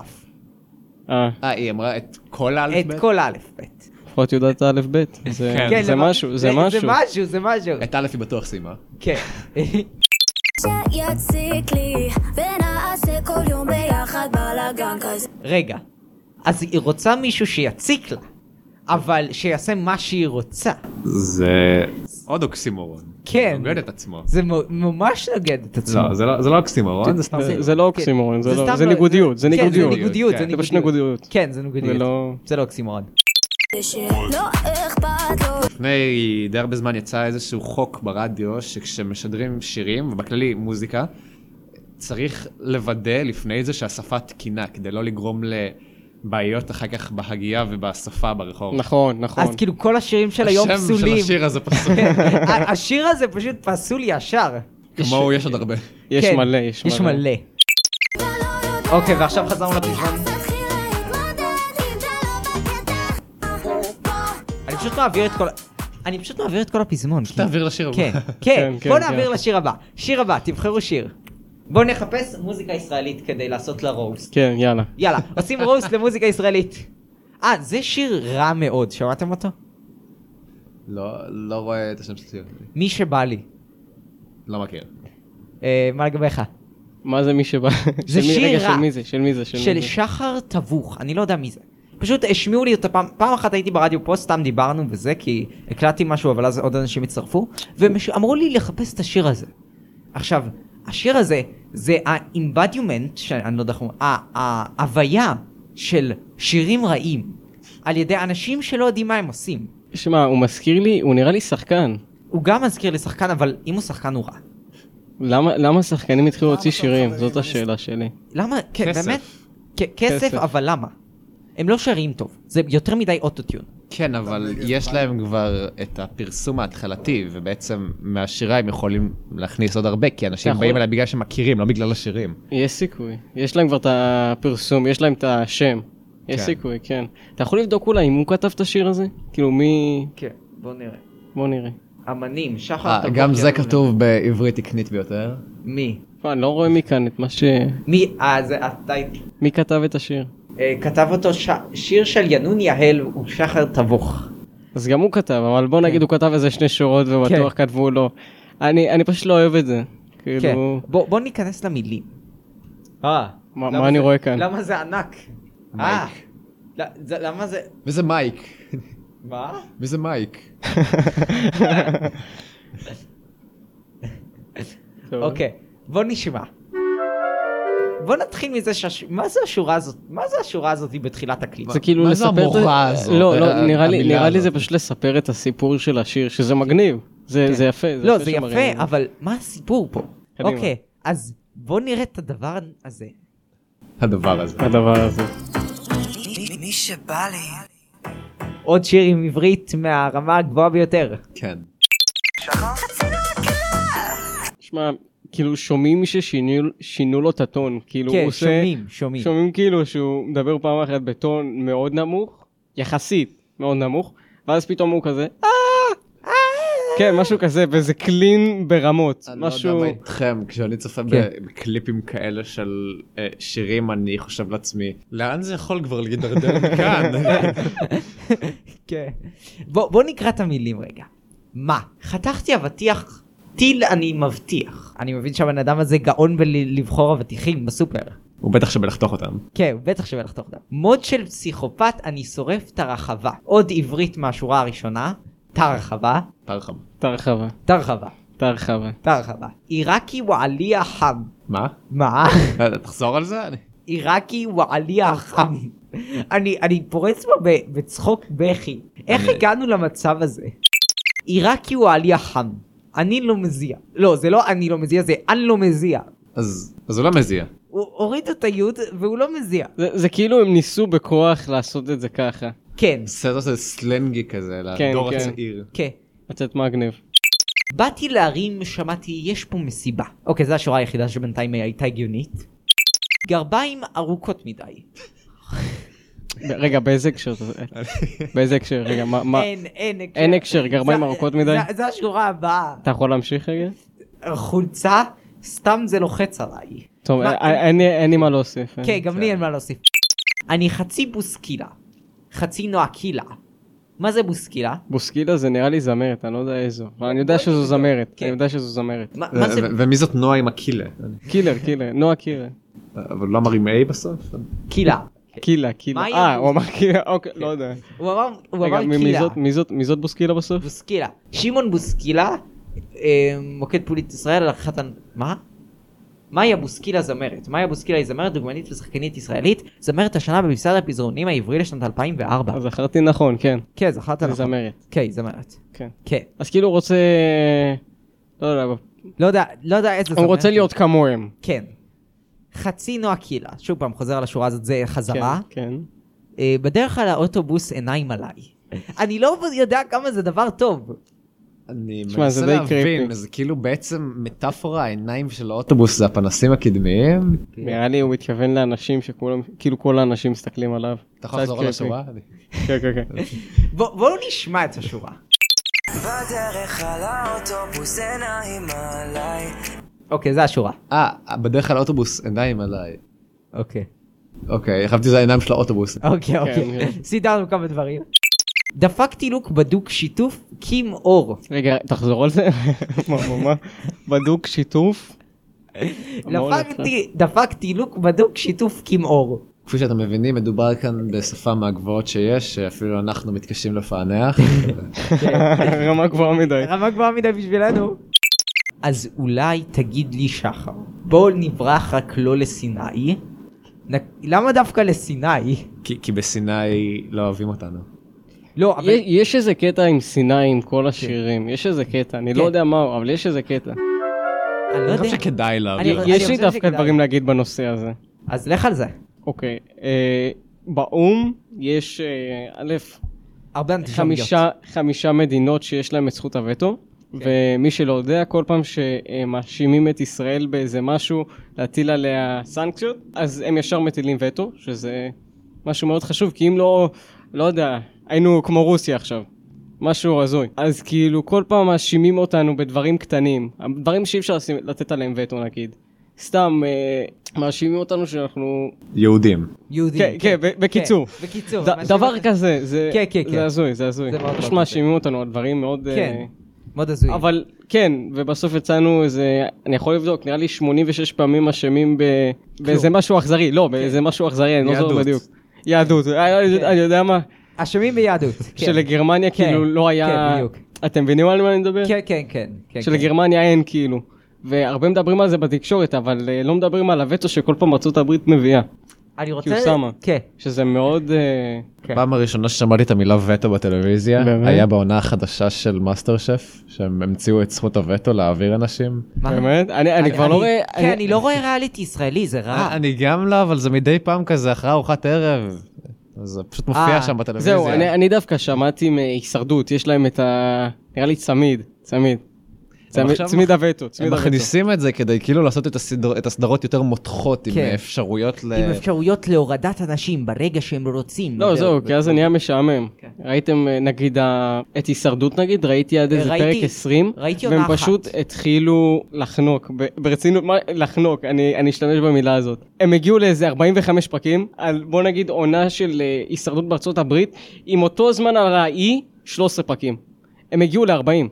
אה,
אה, היא אמרה את כל האלף
את
ב'?
כל האלף ב'.
לפחות יודעת א' ב'. זה-
כן,
זה משהו, זה
זה
משהו.
משהו,
(laughs)
זה משהו.
את א' היא בטוח סיימה.
כן. (laughs)
שיציק לי, ונעשה כל יום ביחד בלאגן כזה.
רגע. אז היא רוצה מישהו שיציק לה, אבל שיעשה מה שהיא רוצה.
זה עוד אוקסימורון.
כן.
זה נוגד את עצמו.
זה מו- ממש נוגד את עצמו. כן.
לא, זה לא- זה לא אוקסימורון, זה סתם...
זה- זה לא אוקסימורון, זה לא-
סתם
זה
לא-
ניגודיות, זה ניגודיות.
כן, זה ניגודיות,
כן.
זה
זה
פשוט
ניגודיות.
ניגודיות.
כן, זה
זה
ניגודיות.
לא...
זה לא אוקסימורון.
לא אכפת לו
לפני די הרבה זמן יצא איזשהו חוק ברדיו שכשמשדרים שירים, ובכללי מוזיקה, צריך לוודא לפני זה שהשפה תקינה, כדי לא לגרום לבעיות אחר כך בהגייה ובשפה ברחוב.
נכון, נכון.
אז כאילו כל השירים של היום
השם של
פסולים.
השיר הזה פסול,
ה- (laughs) השיר הזה פשוט פסול ישר.
כמוהו יש עוד הרבה.
יש
כן,
מלא, יש מלא.
יש מלא. אוקיי, ועכשיו חזרנו לפזמון.
אז תתחיל להתמודד אם זה לא בקטע בוא,
אני פשוט מעביר את כל... אני פשוט מעביר את כל הפזמון. כי-
תעביר לשיר הבא.
כן, כן,
כן,
בוא
כן,
נעביר
כן.
לשיר הבא. שיר הבא, תבחרו שיר. בואו נחפש מוזיקה ישראלית כדי לעשות לה רוסט.
כן, יאללה.
יאללה, עושים רוסט למוזיקה ישראלית. אה, זה שיר רע מאוד, שמעתם אותו?
לא- לא רואה את השם של השיר.
מי שבא לי.
לא מכיר.
אה, מה לגביך?
מה זה מי שבא?
זה
של מי-
שיר
רגע,
רע.
של מי זה? של מי זה? של מי
של
זה?
שחר טבוך, אני לא יודע מי זה. פשוט השמיעו לי אותה פעם, פעם אחת הייתי ברדיו פה, סתם דיברנו וזה, כי הקלטתי משהו, אבל אז עוד אנשים הצטרפו, ואמרו לי לחפש את השיר הזה. עכשיו, השיר הזה, זה ה-embodiment, שאני לא יודע איך אומרים, ה- ההוויה של שירים רעים, על ידי אנשים שלא יודעים מה הם עושים.
שמע, הוא מזכיר לי, הוא נראה לי שחקן.
הוא גם מזכיר לי שחקן, אבל אם הוא שחקן הוא רע.
למה למה שחקנים התחילו להוציא שירים? זאת השאלה שלי.
למה? כן,
כסף.
באמת? כ- כסף,
כסף.
אבל למה? הם לא שרים טוב, זה יותר מדי אוטוטיון.
כן, אבל יש להם כבר את הפרסום ההתחלתי, ובעצם מהשירה הם יכולים להכניס עוד הרבה, כי אנשים
נכון.
אתה יכול-
באים אליהם בגלל שהם מכירים, לא בגלל השירים.
יש סיכוי. יש להם כבר את הפרסום, יש להם את השם. יש
כן.
סיכוי, כן. אתה יכול לבדוק אולי אם הוא כתב את השיר הזה? כאילו מי...
כן, בוא נראה.
בוא נראה.
אמנים, שחר
אה,
טבוך.
גם זה
ירון.
כתוב בעברית תקנית ביותר.
מי?
מה, אני לא רואה מכאן את מה ש...
מי? אה, זה הטייטל.
מי כתב את השיר?
אה, כתב אותו ש... שיר של ינון יהל ושחר טבוך.
אז גם הוא כתב, אבל בוא
כן.
נגיד הוא כתב איזה שני שורות ובטוח כתבו לו. אני אני פשוט לא אוהב את זה.
כן.
כאילו...
בוא בוא ניכנס למילים. אה.
מה-
למה
מה אני
זה-
רואה כאן?
למה זה ענק?
מייק.
אה. ל- זה- למה זה...
מי זה מייק? (laughs)
מה?
מי זה מייק?
טוב.
אוקיי, בוא נשמע. בוא נתחיל מזה שהש... מה זה השורה הזאת? מה זה השורה הזאת בתחילת הקליפ?
זה כאילו
מה זה
לספר... את
המוכה הזאת?
לא,
אה,
לא, נראה לי-
המילה
נראה לי זה
הזאת. כן.
פשוט לספר את הסיפור של השיר, שזה מגניב. זה זה יפה.
לא, זה
שמראים את
יפה, אבל מה הסיפור פה?
קדימה.
אוקיי, אז בוא נראה את הדבר הזה.
הדבר הזה.
הדבר הזה.
מי שבא לי,
עוד שיר עם עברית מהרמה הגבוהה ביותר.
כן.
שמע, כאילו שומעים ששינו שינו לו את הטון, כאילו הוא
כן,
עושה...
שומעים, שומעים.
שומעים כאילו שהוא מדבר פעם אחת בטון מאוד נמוך, יחסית מאוד נמוך, ואז פתאום הוא כזה... "אה!" כן, משהו כזה, וזה קלין ברמות,
אני לא יודע
משהו...
מה איתכם, כשאני צופה
כן.
בקליפים כאלה של אה, שירים, אני חושב לעצמי, לאן זה יכול כבר להידרדר מכאן?
כן. בוא בוא נקרא את המילים רגע. מה? חתכתי אבטיח, טיל אני מבטיח. אני מבין שהבן אדם הזה גאון בלבחור אבטיחים בסופר.
הוא בטח שבלחתוך אותם.
כן, הוא בטח שווה לחתוך דם. מוד של פסיכופת, אני שורף את הרחבה. עוד עברית מהשורה הראשונה, תרחבה,
פרחם.
תרחבה,
תרחבה,
תרחבה.
תרחבה. עיראקי ועלי החם.
מה?
מה?
אה, תחזור על זה? אני-
עיראקי ועלי החם.
נכון.
אני, אני פורץ פה ב- בצחוק בכי. איך
אני-
הגענו למצב הזה? עיראקי ועלי החם. אני לא מזיע. לא, זה לא אני לא מזיע, זה אני לא מזיע.
אז אז הוא לא מזיע.
הוא הוריד את היוד והוא לא מזיע.
זה, זה כאילו הם ניסו בכוח לעשות את זה ככה,
כן,
סדר זה סלנגי כזה,
כן,
לדור
כן.
הצעיר.
כן.
לתת מגניב.
באתי להרים, שמעתי, יש פה מסיבה. אוקיי, זו השורה היחידה שבינתיים הייתה הגיונית. גרביים ארוכות מדי.
ב- רגע, באיזה הקשר? זה- באיזה הקשר? רגע, מה... מה...
אין, אין הקשר.
אין הקשר, גרביים
זה-
ארוכות מדי?
זה- זה השורה הבאה.
אתה יכול להמשיך רגע?
חולצה, סתם זה לוחץ עליי.
טוב,
מה-
אה, אין לי- אין לי מה להוסיף. אין.
כן, גם לי אין מה להוסיף. אני חצי בוסקילה, חצי נועקילה. מה זה בוסקילה?
בוסקילה זה נראה לי זמרת, אני לא יודע איזו. אבל אני יודע שזו זמרת,
כן.
אני יודע שזו זמרת.
מה מה זה?
ו- ומי זאת נועה עם הקילה?
כן.
קילר, קילר, נועה קילר.
אבל לא אמר עם A בסוף?
אה,
קילה.
קילה, קילה.
מה היה?
אה, הוא אמר קילה, אוקיי, לא יודע.
הוא אמר, הוא
רגע,
אמר
מ- מי
קילה.
זאת- מי זאת- מי זאת בוסקילה בסוף?
בוסקילה. שמעון בוסקילה, אה, מוקד פוליט ישראל, אחת הנ... מה? מאיה בוסקילה זמרת. מאיה בוסקילה היא זמרת, דוגמנית ושחקנית ישראלית, זמרת השנה במשרד הפזרונים העברי לשנת 2004.
אז זכרתי נכון, כן.
כן, זכרת
זה
נכון.
זמרת,
כן, היא זמרת.
כן.
כן.
אז כאילו הוא רוצה... לא יודע,
לא יודע, לא יודע איזה
הוא
זמרת.
רוצה להיות כמוהם.
כן. חצי נועה קילה. שוב פעם, חוזר על השורה הזאת, זה חזרה.
כן, כן.
אה, בדרך כלל האוטובוס עיניים עליי. (laughs) אני לא יודע כמה זה דבר טוב.
אני
תשמע,
מנסה
זה די
להבין,
קריפי.
זה כאילו בעצם מטאפורה, העיניים של האוטובוס זה הפנסים הקדמיים.
נראה לי הוא מתכוון לאנשים שכולם, כאילו כל האנשים מסתכלים עליו.
אתה יכול לחזור
קצת
על
קריפי.
השורה?
כן, כן, כן.
בוא- בואו נשמע את השורה.
בדרך על האוטובוס עיניים עליי
אוקיי, זה השורה.
אה, בדרך כלל האוטובוס עיניים עליי.
אוקיי.
אוקיי, חשבתי שזה העיניים של האוטובוס.
אוקיי, אוקיי.
נראה.
(laughs) סידרנו כמה דברים. דפקתי לוק בדוק שיתוף קים אור.
רגע, תחזור על זה. (laughs) מה, מה, מה? בדוק שיתוף. אמור להיות
דפקתי- דפקתי לוק בדוק שיתוף קים אור.
כפי שאתם מבינים, מדובר כאן בשפה מהגבוהות שיש, שאפילו אנחנו מתקשים לפענח.
כן. רמה גבוהה מדי.
רמה גבוהה מדי בשבילנו. אז אולי תגיד לי שחר, בואו נברח רק לא לסיני. נק- למה דווקא לסיני?
כי כי בסיני לא אוהבים אותנו.
לא, אבל...
יש- יש איזה קטע עם סיני עם כל השירים, יש איזה קטע, אני לא
כן.
יודע מהו, אבל יש איזה קטע.
אני לא
אני חושב
יודע.
שכדאי להעביר.
אני
יש לי
חושב
דווקא
שכדאי.
דברים להגיד בנושא הזה.
אז לך על זה.
אוקיי, אה, באו"ם יש, אה, א',
הרבה אנטישמיות.
חמישה, חמישה מדינות שיש להם את זכות הווטו,
כן.
ומי שלא יודע, כל פעם שמאשימים את ישראל באיזה משהו להטיל עליה סנקציות, אז הם ישר מטילים וטו, שזה משהו מאוד חשוב, כי אם לא, לא יודע, היינו כמו רוסיה עכשיו. משהו הזוי. אז כאילו כל פעם מאשימים אותנו בדברים קטנים, דברים שאי אפשר לשים- לתת עליהם וטו נגיד. סתם אה, מאשימים אותנו שאנחנו...
יהודים.
יהודים.
כן, כן, ב- בקיצור.
כן, בקיצור.
ד-
מה
דבר
שאני-
כזה, זה
כן, כן, כן.
זה הזוי, זה הזוי.
זה מאוד מאוד
פשוט
הזוי.
מאשימים אותנו על דברים מאוד...
כן.
אה,
מאוד הזוי.
אבל כן, ובסוף יצאנו איזה, אני יכול לבדוק, נראה לי 86 פעמים אשמים ב... באיזה משהו אכזרי,
כן.
לא, באיזה משהו אכזרי, אני לא זוכר
יהדות.
בדיוק. יהדות, אה, אני אני יודע מה,
אשמים ביהדות. כן.
שלגרמניה
כן,
כאילו לא
כן,
היה...
בדיוק.
אתם מבינים על מה אני מדבר?
כן, כן, כן. כן, כן.
שלגרמניה אין כאילו. והרבה מדברים על זה בתקשורת, אבל אה, לא מדברים על הווטו שכל פעם ארצות הברית מביאה,
אני רוצה...
כי הוא שמה.
כן.
שזה מאוד... אה,
כן.
פעם הראשונה ששמעתי את המילה וטו בטלוויזיה,
באמת?
היה בעונה החדשה של מאסטר שף, שהם המציאו את זכות הווטו להעביר אנשים.
מה?
באמת? אני אני כבר
אני-
לא רואה...
כן, אני לא רואה ריאליטי ישראלי, זה רע.
אני גם לא, אבל זה מדי פעם כזה אחרי ארוחת ערב. אז זה פשוט מופיע
אה,
שם בטלוויזיה.
זהו, אני, אני דווקא שמעתי מהישרדות, יש להם את ה... נראה לי צמיד, צמיד. צמיד,
עכשיו
צמיד הווטו,
הם
צמיד הווטו.
מכניסים את זה כדי כאילו לעשות את הסדר- את הסדרות יותר מותחות עם
כן.
אפשרויות ל...
עם אפשרויות להורדת אנשים ברגע שהם רוצים.
לא, זהו, כי אז זה נהיה משעמם.
כן.
ראיתם, אה, נגיד, ה- את הישרדות נגיד, ראיתי עד איזה
ראיתי-
פרק 20,
ראיתי עונה
והם
אחת.
פשוט התחילו לחנוק, ב- ברצינות, מה- לחנוק, אני אני אשתמש במילה הזאת. הם הגיעו לאיזה 45 פרקים, על בוא נגיד עונה של אה, הישרדות בארצות הברית, עם אותו זמן על האי, 13 פרקים. הם הגיעו ל-40.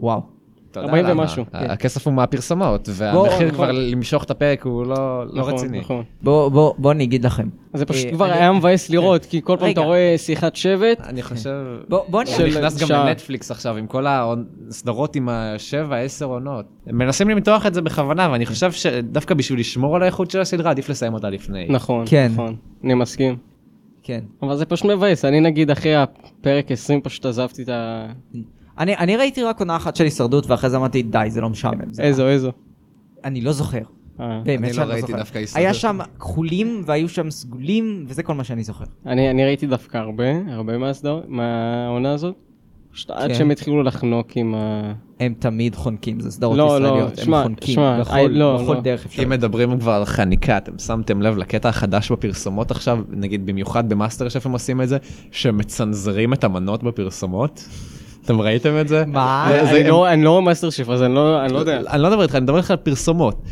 וואו.
אתה יודע
40
למה.
ומשהו. כן.
ה- הכסף הוא מהפרסמות,
נכון.
והמחיר כבר למשוך את הפרק הוא לא לא רציני.
נכון.
בואו בוא, בוא אני אגיד לכם.
אז זה פשוט
אה,
כבר
אני-
היה מבאס לראות, כי כל פעם
רגע.
אתה רואה שיחת שבט,
אני חושב...
בוא, בוא אני...
הוא
של
נכנס גם
שעה.
לנטפליקס עכשיו עם כל הסדרות עם השבע עשר עונות. הם מנסים למתוח את זה בכוונה ואני חושב שדווקא בשביל לשמור על האיכות של הסדרה עדיף לסיים אותה לפני.
נכון,
כן.
נכון, אני מסכים.
כן.
אבל זה פשוט מבאס, אני נגיד אחרי הפרק 20 פשוט עזבתי את ה...
אני, אני ראיתי רק עונה אחת של הישרדות ואחרי זה אמרתי די זה לא משעמם. זה-
איזו, איזו.
אני לא זוכר.
אה,
באמת
אני
שאני
לא ראיתי
זוכר.
דווקא הישרדות.
היה שם כחולים והיו שם סגולים וזה כל מה שאני זוכר.
אני אני ראיתי דווקא הרבה, הרבה מהסדר- מהעונה הזאת. פשוט עד
כן.
שהם התחילו לחנוק עם ה...
הם תמיד חונקים, זה סדרות
לא, לא,
ישראליות, הם
שמע,
חונקים
שמע,
בכל,
אי, לא,
בכל
לא.
דרך אפשר.
אם מדברים כבר על חניקה, אתם שמתם לב לקטע החדש בפרסומות עכשיו, נגיד במיוחד במאסטר שף הם עושים את זה, שמצנזרים את המנות בפרסומות? אתם ראיתם את זה?
מה?
זה- זה-
אני לא- אני לא רואה מאסטר שיף, אז אני לא אני לא יודע.
אני לא מדבר איתך, אני מדבר איתך על פרסומות.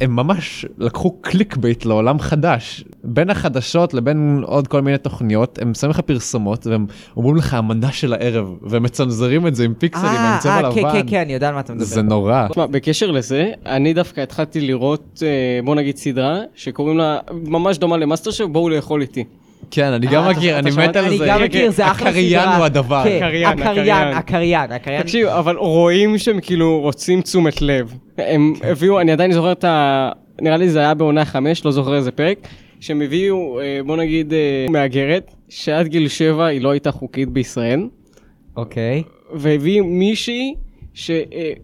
הם ממש לקחו קליק בייט לעולם חדש. בין החדשות לבין עוד כל מיני תוכניות, הם שמים לך פרסומות והם אומרים לך המנה של הערב, והם מצנזרים את זה עם פיקסלים, עם
אה,
צבע
אה, כן,
לבן.
כן, כן, אני יודע על מה אתה מדבר.
זה נורא.
תשמע, בקשר לזה, אני דווקא התחלתי לראות, אה, בוא נגיד, סדרה שקוראים לה, ממש דומה למאסטר שף, בואו לאכול איתי.
כן, אני גם
אה, אתה-
מכיר,
אתה
אני
שמעת?
מת על
אני
זה.
גם
כן,
מכיר, זה אחלה סדרה.
הקריין הוא הדבר.
כן,
הקריין,
הקריין,
הקריין.
הקריין, הקריין.
תקשיב, אבל רואים שהם כאילו רוצים תשומת לב. הם הביאו, אני עדיין זוכר את ה... נראה לי זה היה בעונה חמש, לא זוכר איזה פרק, שהם הביאו, אה, בוא נגיד, אה, מהגרת, שעד גיל שבע היא לא הייתה חוקית בישראל,
אוקיי.
והביא מישהי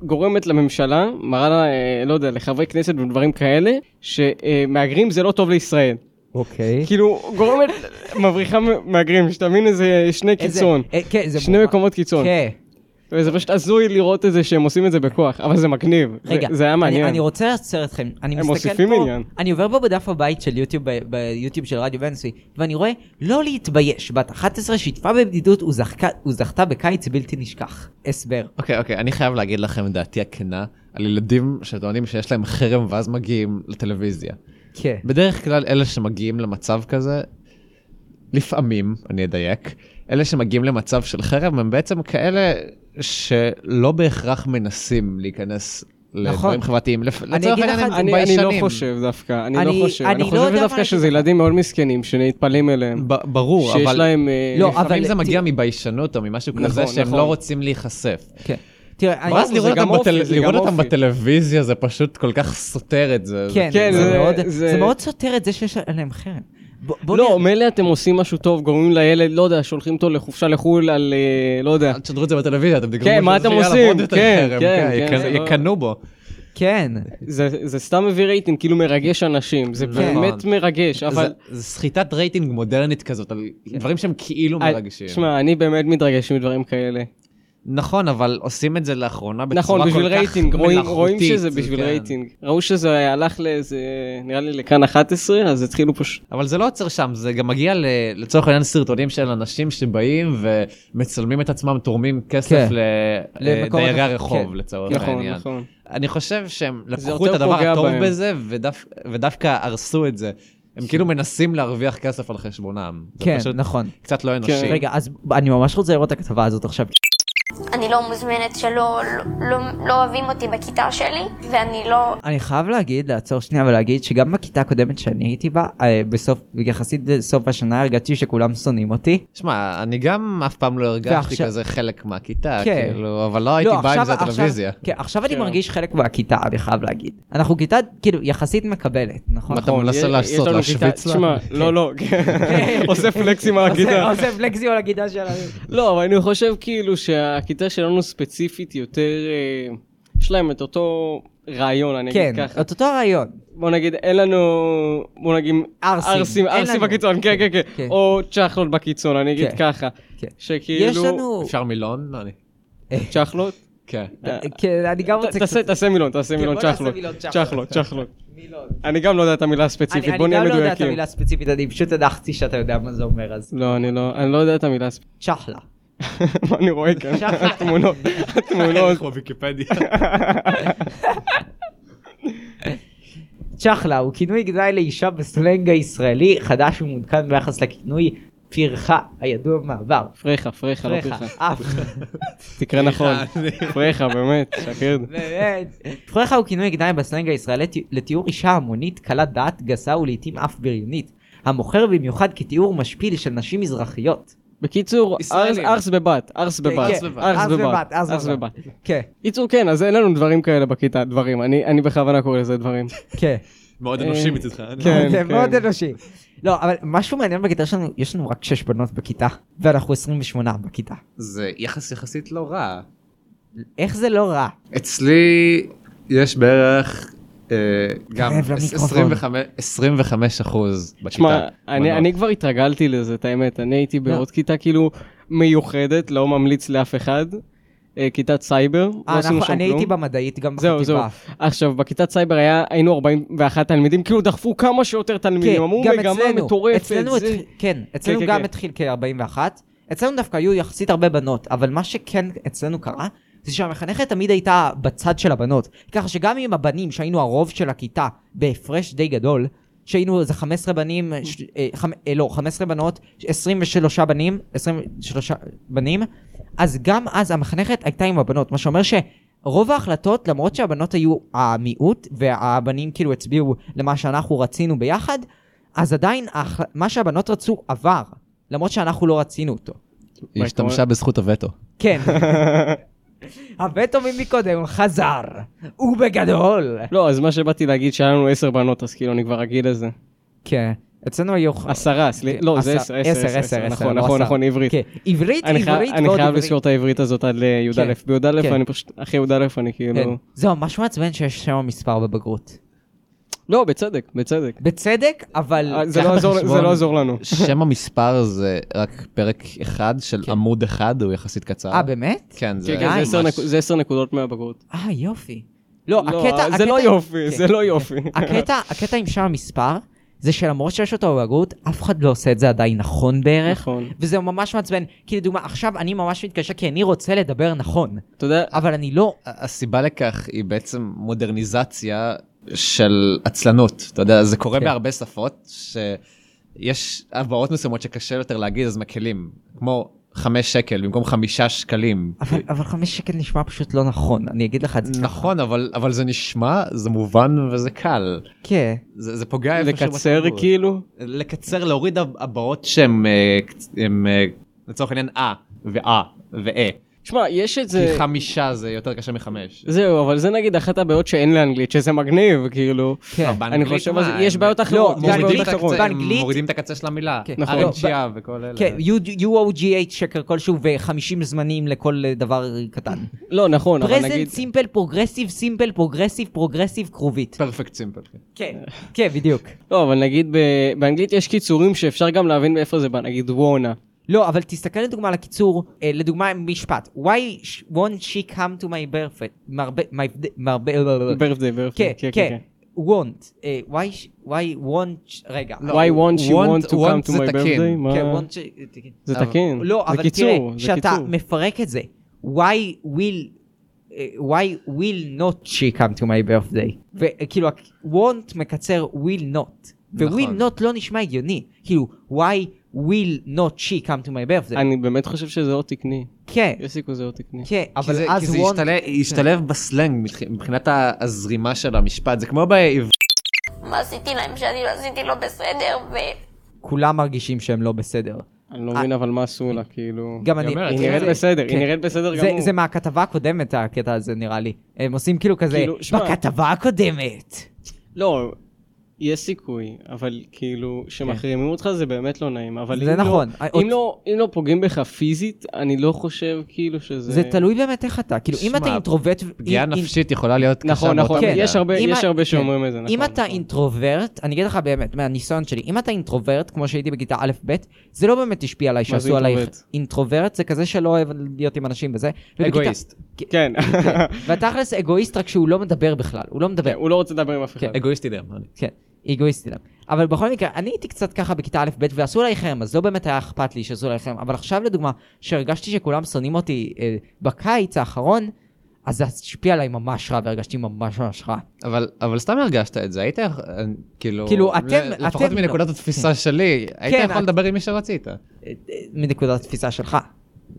שגורמת לממשלה, מראה לה, אה, לא יודע, לחברי כנסת ודברים כאלה, שמהגרים זה לא טוב לישראל.
אוקיי.
כאילו, גורמת, מבריחה מהגרים, שתבין איזה שני
איזה-
קיצון.
אה, כן, זה
שני
מובן.
מקומות קיצון.
כן.
וזה פשוט הזוי לראות את זה שהם עושים את זה בכוח, אבל זה מגניב.
רגע,
זה, זה היה
אני-
מעניין.
אני רוצה לעצר אתכם. אני
הם
מסתכל
מוסיפים
פה,
עניין.
אני עובר פה בדף הבית של יוטיוב, ב- ביוטיוב של רדיו בנסוי, ואני רואה לא להתבייש, בת 11 שיתפה בבדידות וזחקה- וזכתה בקיץ בלתי נשכח. הסבר.
אוקיי, אוקיי, אני חייב להגיד לכם את דעתי הכנה על ילדים שטוענים שיש להם חרם ואז מגיעים לטלוויזיה.
כן.
בדרך כלל אלה שמגיעים למצב כזה, לפעמים, אני אדייק, אלה שמגיעים למצב של חרם הם בעצם כאלה שלא בהכרח מנסים להיכנס לדברים חברתיים. לפ- לצורך
אגיד
העניין
לך,
הם
נכון. אני, אני לא
ביישנים.
חושב דווקא, אני,
אני-
לא חושב.
אני
אני,
לא
חושב
יודע מה
דווקא
להגיד
שזה
לך.
ילדים מאוד מסכנים שנטפלים אליהם.
ב- ברור,
שיש
אבל...
להם... אה,
לא,
לפעמים
אבל-
לפעמים זה מגיע
ת-
מביישנות או ממשהו
נכון,
כזה שהם
נכון.
לא רוצים להיחשף.
כן. תראה, אני...
ואז
זה
לראות
גם
אותם
אופי,
בטל-
זה
לראות
גם
אותם
אופי.
בטלוויזיה זה פשוט כל כך סותר את זה.
כן,
כן,
זה
זה-
מאוד-
זה-
זה מאוד סותר את זה שיש עליהם חרם. ב- בוא
לא,
נראה-
מילא אתם עושים משהו טוב, גורמים לילד, לא יודע, שולחים אותו לחופשה לחו"ל על, אה, לא יודע.
אל תשדרו את זה בטלוויזיה, אתם תגרמו
כן,
שזה
מה אתם
יהיה עליו
עושים?
עוד יותר
כן,
חרם,
כן,
כן,
כן, זה
יקנ-
לא-
יקנאו בו.
כן.
זה, זה סתם מביא רייטינג, כאילו מרגש אנשים, זה
נכון.
באמת מרגש, אבל... כן.
זה- זה סחיטת רייטינג מודרנית כזאת, על דברים שהם כאילו
אה,
מרגשים.
שמע, אני באמת מתרגש מדברים כאלה.
נכון, אבל עושים את זה לאחרונה בצורה כל כך
נכון,
מלאכותית.
בשביל רייטינג, רואים, רואים שזה בשביל
כן.
רייטינג. ראו שזה הלך לאיזה, נראה לי לכאן 11, אז התחילו פשוט...
אבל זה לא עוצר שם, זה גם מגיע ל- לצורך העניין סרטונים של אנשים שבאים ומצלמים את עצמם, תורמים
כן.
כסף ל-
למקומות
לדיירי
אחרים,
הרחוב
כן.
לצורך
נכון,
העניין.
נכון.
אני חושב שהם
זה
לקחו
יותר
את הדבר
פוגע
הטוב
בהם.
בזה ודף- ודווקא הרסו את זה. הם כאילו מנסים להרוויח כסף על חשבונם. זה
כן,
פשוט
נכון.
קצת לא אנושי.
כן.
רגע, אז אני ממש רוצה לראות את הכתבה הזאת עכשיו.
אני לא מוזמנת שלא לא, לא, לא אוהבים אותי בכיתה שלי, ואני לא...
אני חייב להגיד, לעצור שנייה ולהגיד שגם בכיתה הקודמת שאני הייתי בה, אה, בסוף, יחסית לסוף השנה הרגשתי שכולם שונאים אותי.
שמע, אני גם אף פעם לא הרגשתי
ועכשיו-
כזה חלק מהכיתה,
כן.
כאילו, אבל לא הייתי בא עם זה לטלוויזיה.
עכשיו, כן, עכשיו אני
כן.
מרגיש חלק מהכיתה, אני חייב להגיד. אנחנו כיתה, כאילו, יחסית מקבלת, נכון?
אתה
נכון,
מנסה
יש-
לעשות,
יש לנו
להשוויץ
כיתה-
לה?
תשמע, לא, לא,
(laughs) כן.
עושה פלקסים על
עושה-
הכיתה.
עושה פלקסים על הכיתה שלנו.
לא, אבל אני חושב כאילו שהכיתה שלנו ספציפית יותר, אה, יש להם את אותו רעיון, אני
כן,
אגיד ככה.
את אותו רעיון.
בוא נגיד, אין לנו, בוא נגיד,
ערסים,
ערסים,
אין
ערסים
לנו.
בקיצון, כן, כן,
כן.
כן, או צ'חלות בקיצון, אני אגיד
כן.
ככה.
כן.
שכאילו...
יש לנו...
אפשר מילון? לא, אני-
צ'חלות?
כן.
כן, אני גם
ת-
רוצה...
תעשה- תעשה מילון, תעשה
כן,
מילון
בוא נעשה
צ'חלות.
מילון צ'חלות.
צ'חלות, צ'חלות. אני גם לא יודע את המילה
אני
הספציפית,
אני
בוא נהיה
גם לא יודע את
מדויקים.
המילה הספציפית, אני פשוט הדחתי שאתה יודע מה זה אומר, אז
לא, אני לא, אני לא יודע את
(laughs)
המילה הספציפית.
צ'חלה.
אני רואה כאן,
צ'חלות.
התמונות,
לא,
(laughs)
התמונות.
בוויקיפדיה.
צ'חלה הוא כינוי גנאי לאישה בסלנג הישראלי, חדש ומעודכן ביחס לכינוי פרחה הידוע מהעבר.
פרחה, פרחה, לא
פרחה, אה,
פרחה.
אף.
תקרא נכון.
אני-
פרחה, באמת, שקד.
באמת. פרחה הוא כינוי גנאי בסלנג הישראלי ת- לתיאור אישה המונית, קלת דעת, גסה ולעיתים אף בריונית. המוכר במיוחד כתיאור משפיל של נשים מזרחיות.
בקיצור,
ישראלים.
ארס- ארס בבת, ארס בבת,
כן, ארס בבת, ארס בבת. כן,
קיצור, כן, אז אין לנו דברים כאלה בכיתה, דברים. אני אני בכוונה קורא לזה דברים.
כן.
מאוד
אנושי
מצדך.
כן,
זה
כן.
לא מאוד אנושי. לא, אבל משהו מעניין בכיתה שלנו, יש לנו רק 6 בנות בכיתה, ואנחנו 28 בכיתה.
זה יחס יחסית לא רע.
איך זה לא רע?
אצלי יש בערך... אה, גם
קרב למיקרופון.
25 25 אחוז בכיתה.
תשמע, אני
בנות.
אני כבר התרגלתי לזה, את האמת. אני
לא.
הייתי בעוד כיתה כאילו מיוחדת, לא ממליץ לאף אחד. אה, כיתת סייבר, לא
אה,
עשינו
אנחנו-
שם
אני הייתי
כלום.
במדעית גם
זהו, זהו.
בחטיבה.
עכשיו, בכיתת סייבר היה, היינו 41 תלמידים, כאילו דחפו כמה שיותר תלמידים, אמרו
כן, גם
מגמה
אצלנו,
מטורפת.
אצלנו
זה-
התחיל- כן, אצלנו
כן,
גם
כן.
התחיל כ-41, אצלנו דווקא היו יחסית הרבה בנות, אבל מה שכן אצלנו קרה, זה שהמחנכת תמיד הייתה בצד של הבנות, ככה שגם עם הבנים שהיינו הרוב של הכיתה בהפרש די גדול, שהיינו איזה 15 בנים, ש- אה, חמ- אה, לא, 15 בנות, 23 בנים, 23 בנים, אז גם אז המחנכת הייתה עם הבנות, מה שאומר ש... רוב ההחלטות, למרות שהבנות היו המיעוט, והבנים כאילו הצביעו למה שאנחנו רצינו ביחד, אז עדיין ההח- מה שהבנות רצו עבר, למרות שאנחנו לא רצינו אותו.
היא השתמשה בזכות הווטו.
(laughs)
כן. הווטו מקודם חזר, ובגדול.
לא, אז מה שבאתי להגיד, שהיה לנו עשר בנות, אז כאילו, אני כבר אגיד את זה.
כן, אצלנו היו...
עשרה, סליחה, לא, זה עשר, עשר, עשר, עשר, נכון, נכון, נכון, עברית.
כן, עברית,
אני
עברית
חייב-
ועוד עברית.
אני חייב לזכור את העברית הזאת עד לי"א.
כן,
בי"א
כן.
אני פשוט, אחרי י"א אני
כן.
כאילו...
זה ממש מעצבן שיש שם מספר בבגרות.
לא, בצדק, בצדק.
בצדק, אבל...
אה, זה
קח
לא יעזור-
בחשבון-
זה לא יעזור לנו.
שם המספר זה רק פרק אחד של עמוד אחד, הוא יחסית קצר.
כן. אה, באמת?
כן, זה
כן, כן, זה
די,
עשר
ממש-
נק- זה עשר נקודות מהבגרות.
אה, יופי. לא,
לא,
הקטע...
זה
הקטע-
לא יופי,
כן.
זה לא יופי.
הקטע, הקטע עם שם המספר, זה שלמרות שיש אותו בבגרות, אף אחד לא עושה את זה עדיין נכון בערך.
נכון.
וזה ממש מעצבן. כי לדוגמה, עכשיו אני ממש מתקשה כי אני רוצה לדבר נכון,
אתה יודע,
אה,
אבל אני לא...
הסיבה לכך היא בעצם מודרניזציה של עצלנות. אתה יודע, זה קורה
כן.
בהרבה שפות, שיש הבעות מסוימות שקשה יותר להגיד, אז מקלים. כמו חמש שקל במקום חמישה שקלים.
אבל, אבל חמש שקל נשמע פשוט לא נכון, אני אגיד לך את זה.
נכון, אבל, אבל זה נשמע, זה מובן וזה קל.
כן.
זה, זה פוגע איפשהו
לקצר
בתרבות.
כאילו,
לקצר, להוריד הב- הבעות שהן, אה, קצ- הם, אה, לצורך העניין, אה, ואה, ואה.
שמע, יש את
כי
זה...
חמישה זה יותר קשה מחמש.
זהו, אבל זה נגיד אחת הבעיות שאין לאנגלית, שזה מגניב, כאילו.
כן.
באנגלית,
חושב על זה,
מה,
יש
הם-
בעיות
לא,
אחרות,
יש
מורידים
בעיות
את הקצה-
אחרות.
הם
באנגלית-
מורידים את הקצה של המילה.
כן.
נכון.
ארנצ'יה וכל אלה.
כן, U- UOGH שקר כלשהו ו-50 זמנים לכל אה, דבר קטן.
לא, נכון, (laughs) אבל
פרזנט,
נגיד...
סימפל, פרוגרסיב, סימפל, פרוגרסיב, פרוגרסיב,
(laughs)
כרובית.
פרפקט סימפל. כן.
כן, כן, בדיוק.
לא, אבל נגיד ב- באנגלית יש קיצורים שאפשר גם להבין מאיפה זה בא, נגיד וונה.
לא, אבל תסתכל לדוגמה על הקיצור, אה, לדוגמה משפט. Why sh- won't she come to my birthday? מרבה, my- מרבה, לא,
ברפדי, ברפדי.
כן, כן. want, אה, why, sh- why want, רגע.
Why won't she want to
לא, want
come to
זה
my
תקין.
birthday?
כן,
לא, מה-
want sh-
זה
אבל-
תקין.
לא,
זה
אבל תראה,
קיצור, זה
כשאתה
קיצור.
מפרק את זה, why will, אה, why will not she come to my birthday? וכאילו, ה- want מקצר will not. ו-will
נכון.
not לא נשמע הגיוני. כאילו, why will not she come to my birthday?
אני באמת חושב שזה לא תקני.
כן,
יש סיכוי שזה לא תקני.
כן,
כי
אבל
זה- כי
אז
זה
want...
השתלב- השתלב בסלנג מתח- מבחינת ה- הזרימה של המשפט. זה כמו בעברית.
מה עשיתי להם שאני לא עשיתי לא בסדר, ו-
כולם מרגישים שהם לא בסדר.
אני לא מבין אבל מה עשו לה, כאילו...
אה. גם
היא
אני...
אומרת,
היא
זה-
נראית בסדר, היא
כן.
נראית בסדר
זה-
גמור.
זה מהכתבה הקודמת הקטע הזה נראה לי. הם עושים כאילו כזה,
כאילו, שמע-
בכתבה הקודמת.
לא, יש סיכוי, אבל כאילו, שמחרימים אותך זה באמת לא נעים, אבל
כן. זה
אם לא-
נכון.
אם לא- אם לא פוגעים בך פיזית, אני לא חושב כאילו שזה...
זה תלוי באמת איך אתה, כאילו אם
שמע,
אתה אינטרוברט,
פגיעה
אם- אם-
נפשית יכולה להיות קשה
נכון,
באותה
נכון,
כן.
מידה.
יש הרבה-
אם ה-
הרבה
כן.
שאומרים את זה,
אם
נכון,
אתה
נכון.
אינטרוברט, אני אגיד לך באמת, מהניסיון שלי, אם אתה אינטרוברט, כמו שהייתי בכיתה א'-ב', זה לא באמת השפיע עליי
מה זה
שעשו עלייך
אינטרוברט?
אינטרוברט, זה כזה שלא אוהב להיות עם אנשים וזה. ובכיתה-
אגואיסט.
כן,
ותכלס אגואיסט רק שהוא לא מדבר בכלל, הוא לא מדבר.
(laughs) הוא לא רוצה לדבר עם אף אחד.
אגואיסטי דם. אני-
כן, אגואיסטי להם. אבל בכל מקרה, אני הייתי קצת ככה בכיתה א'-ב' ועשו עליי חרם, אז לא באמת היה אכפת לי שעשו עליי חרם, אבל עכשיו לדוגמה, שהרגשתי שכולם שונאים אותי אה, בקיץ האחרון, אז זה השפיע עליי ממש רע, והרגשתי ממש ממש רע. אה,
אבל אבל סתם הרגשת את זה, היית יכול- כאילו,
כאילו, אתם-
ל- לפחות
אתם
מנקודת
לא.
התפיסה שלי, היית
כן,
יכול
את-
לדבר עם מי שרצית.
אה, אה, מנקודת התפיסה שלך.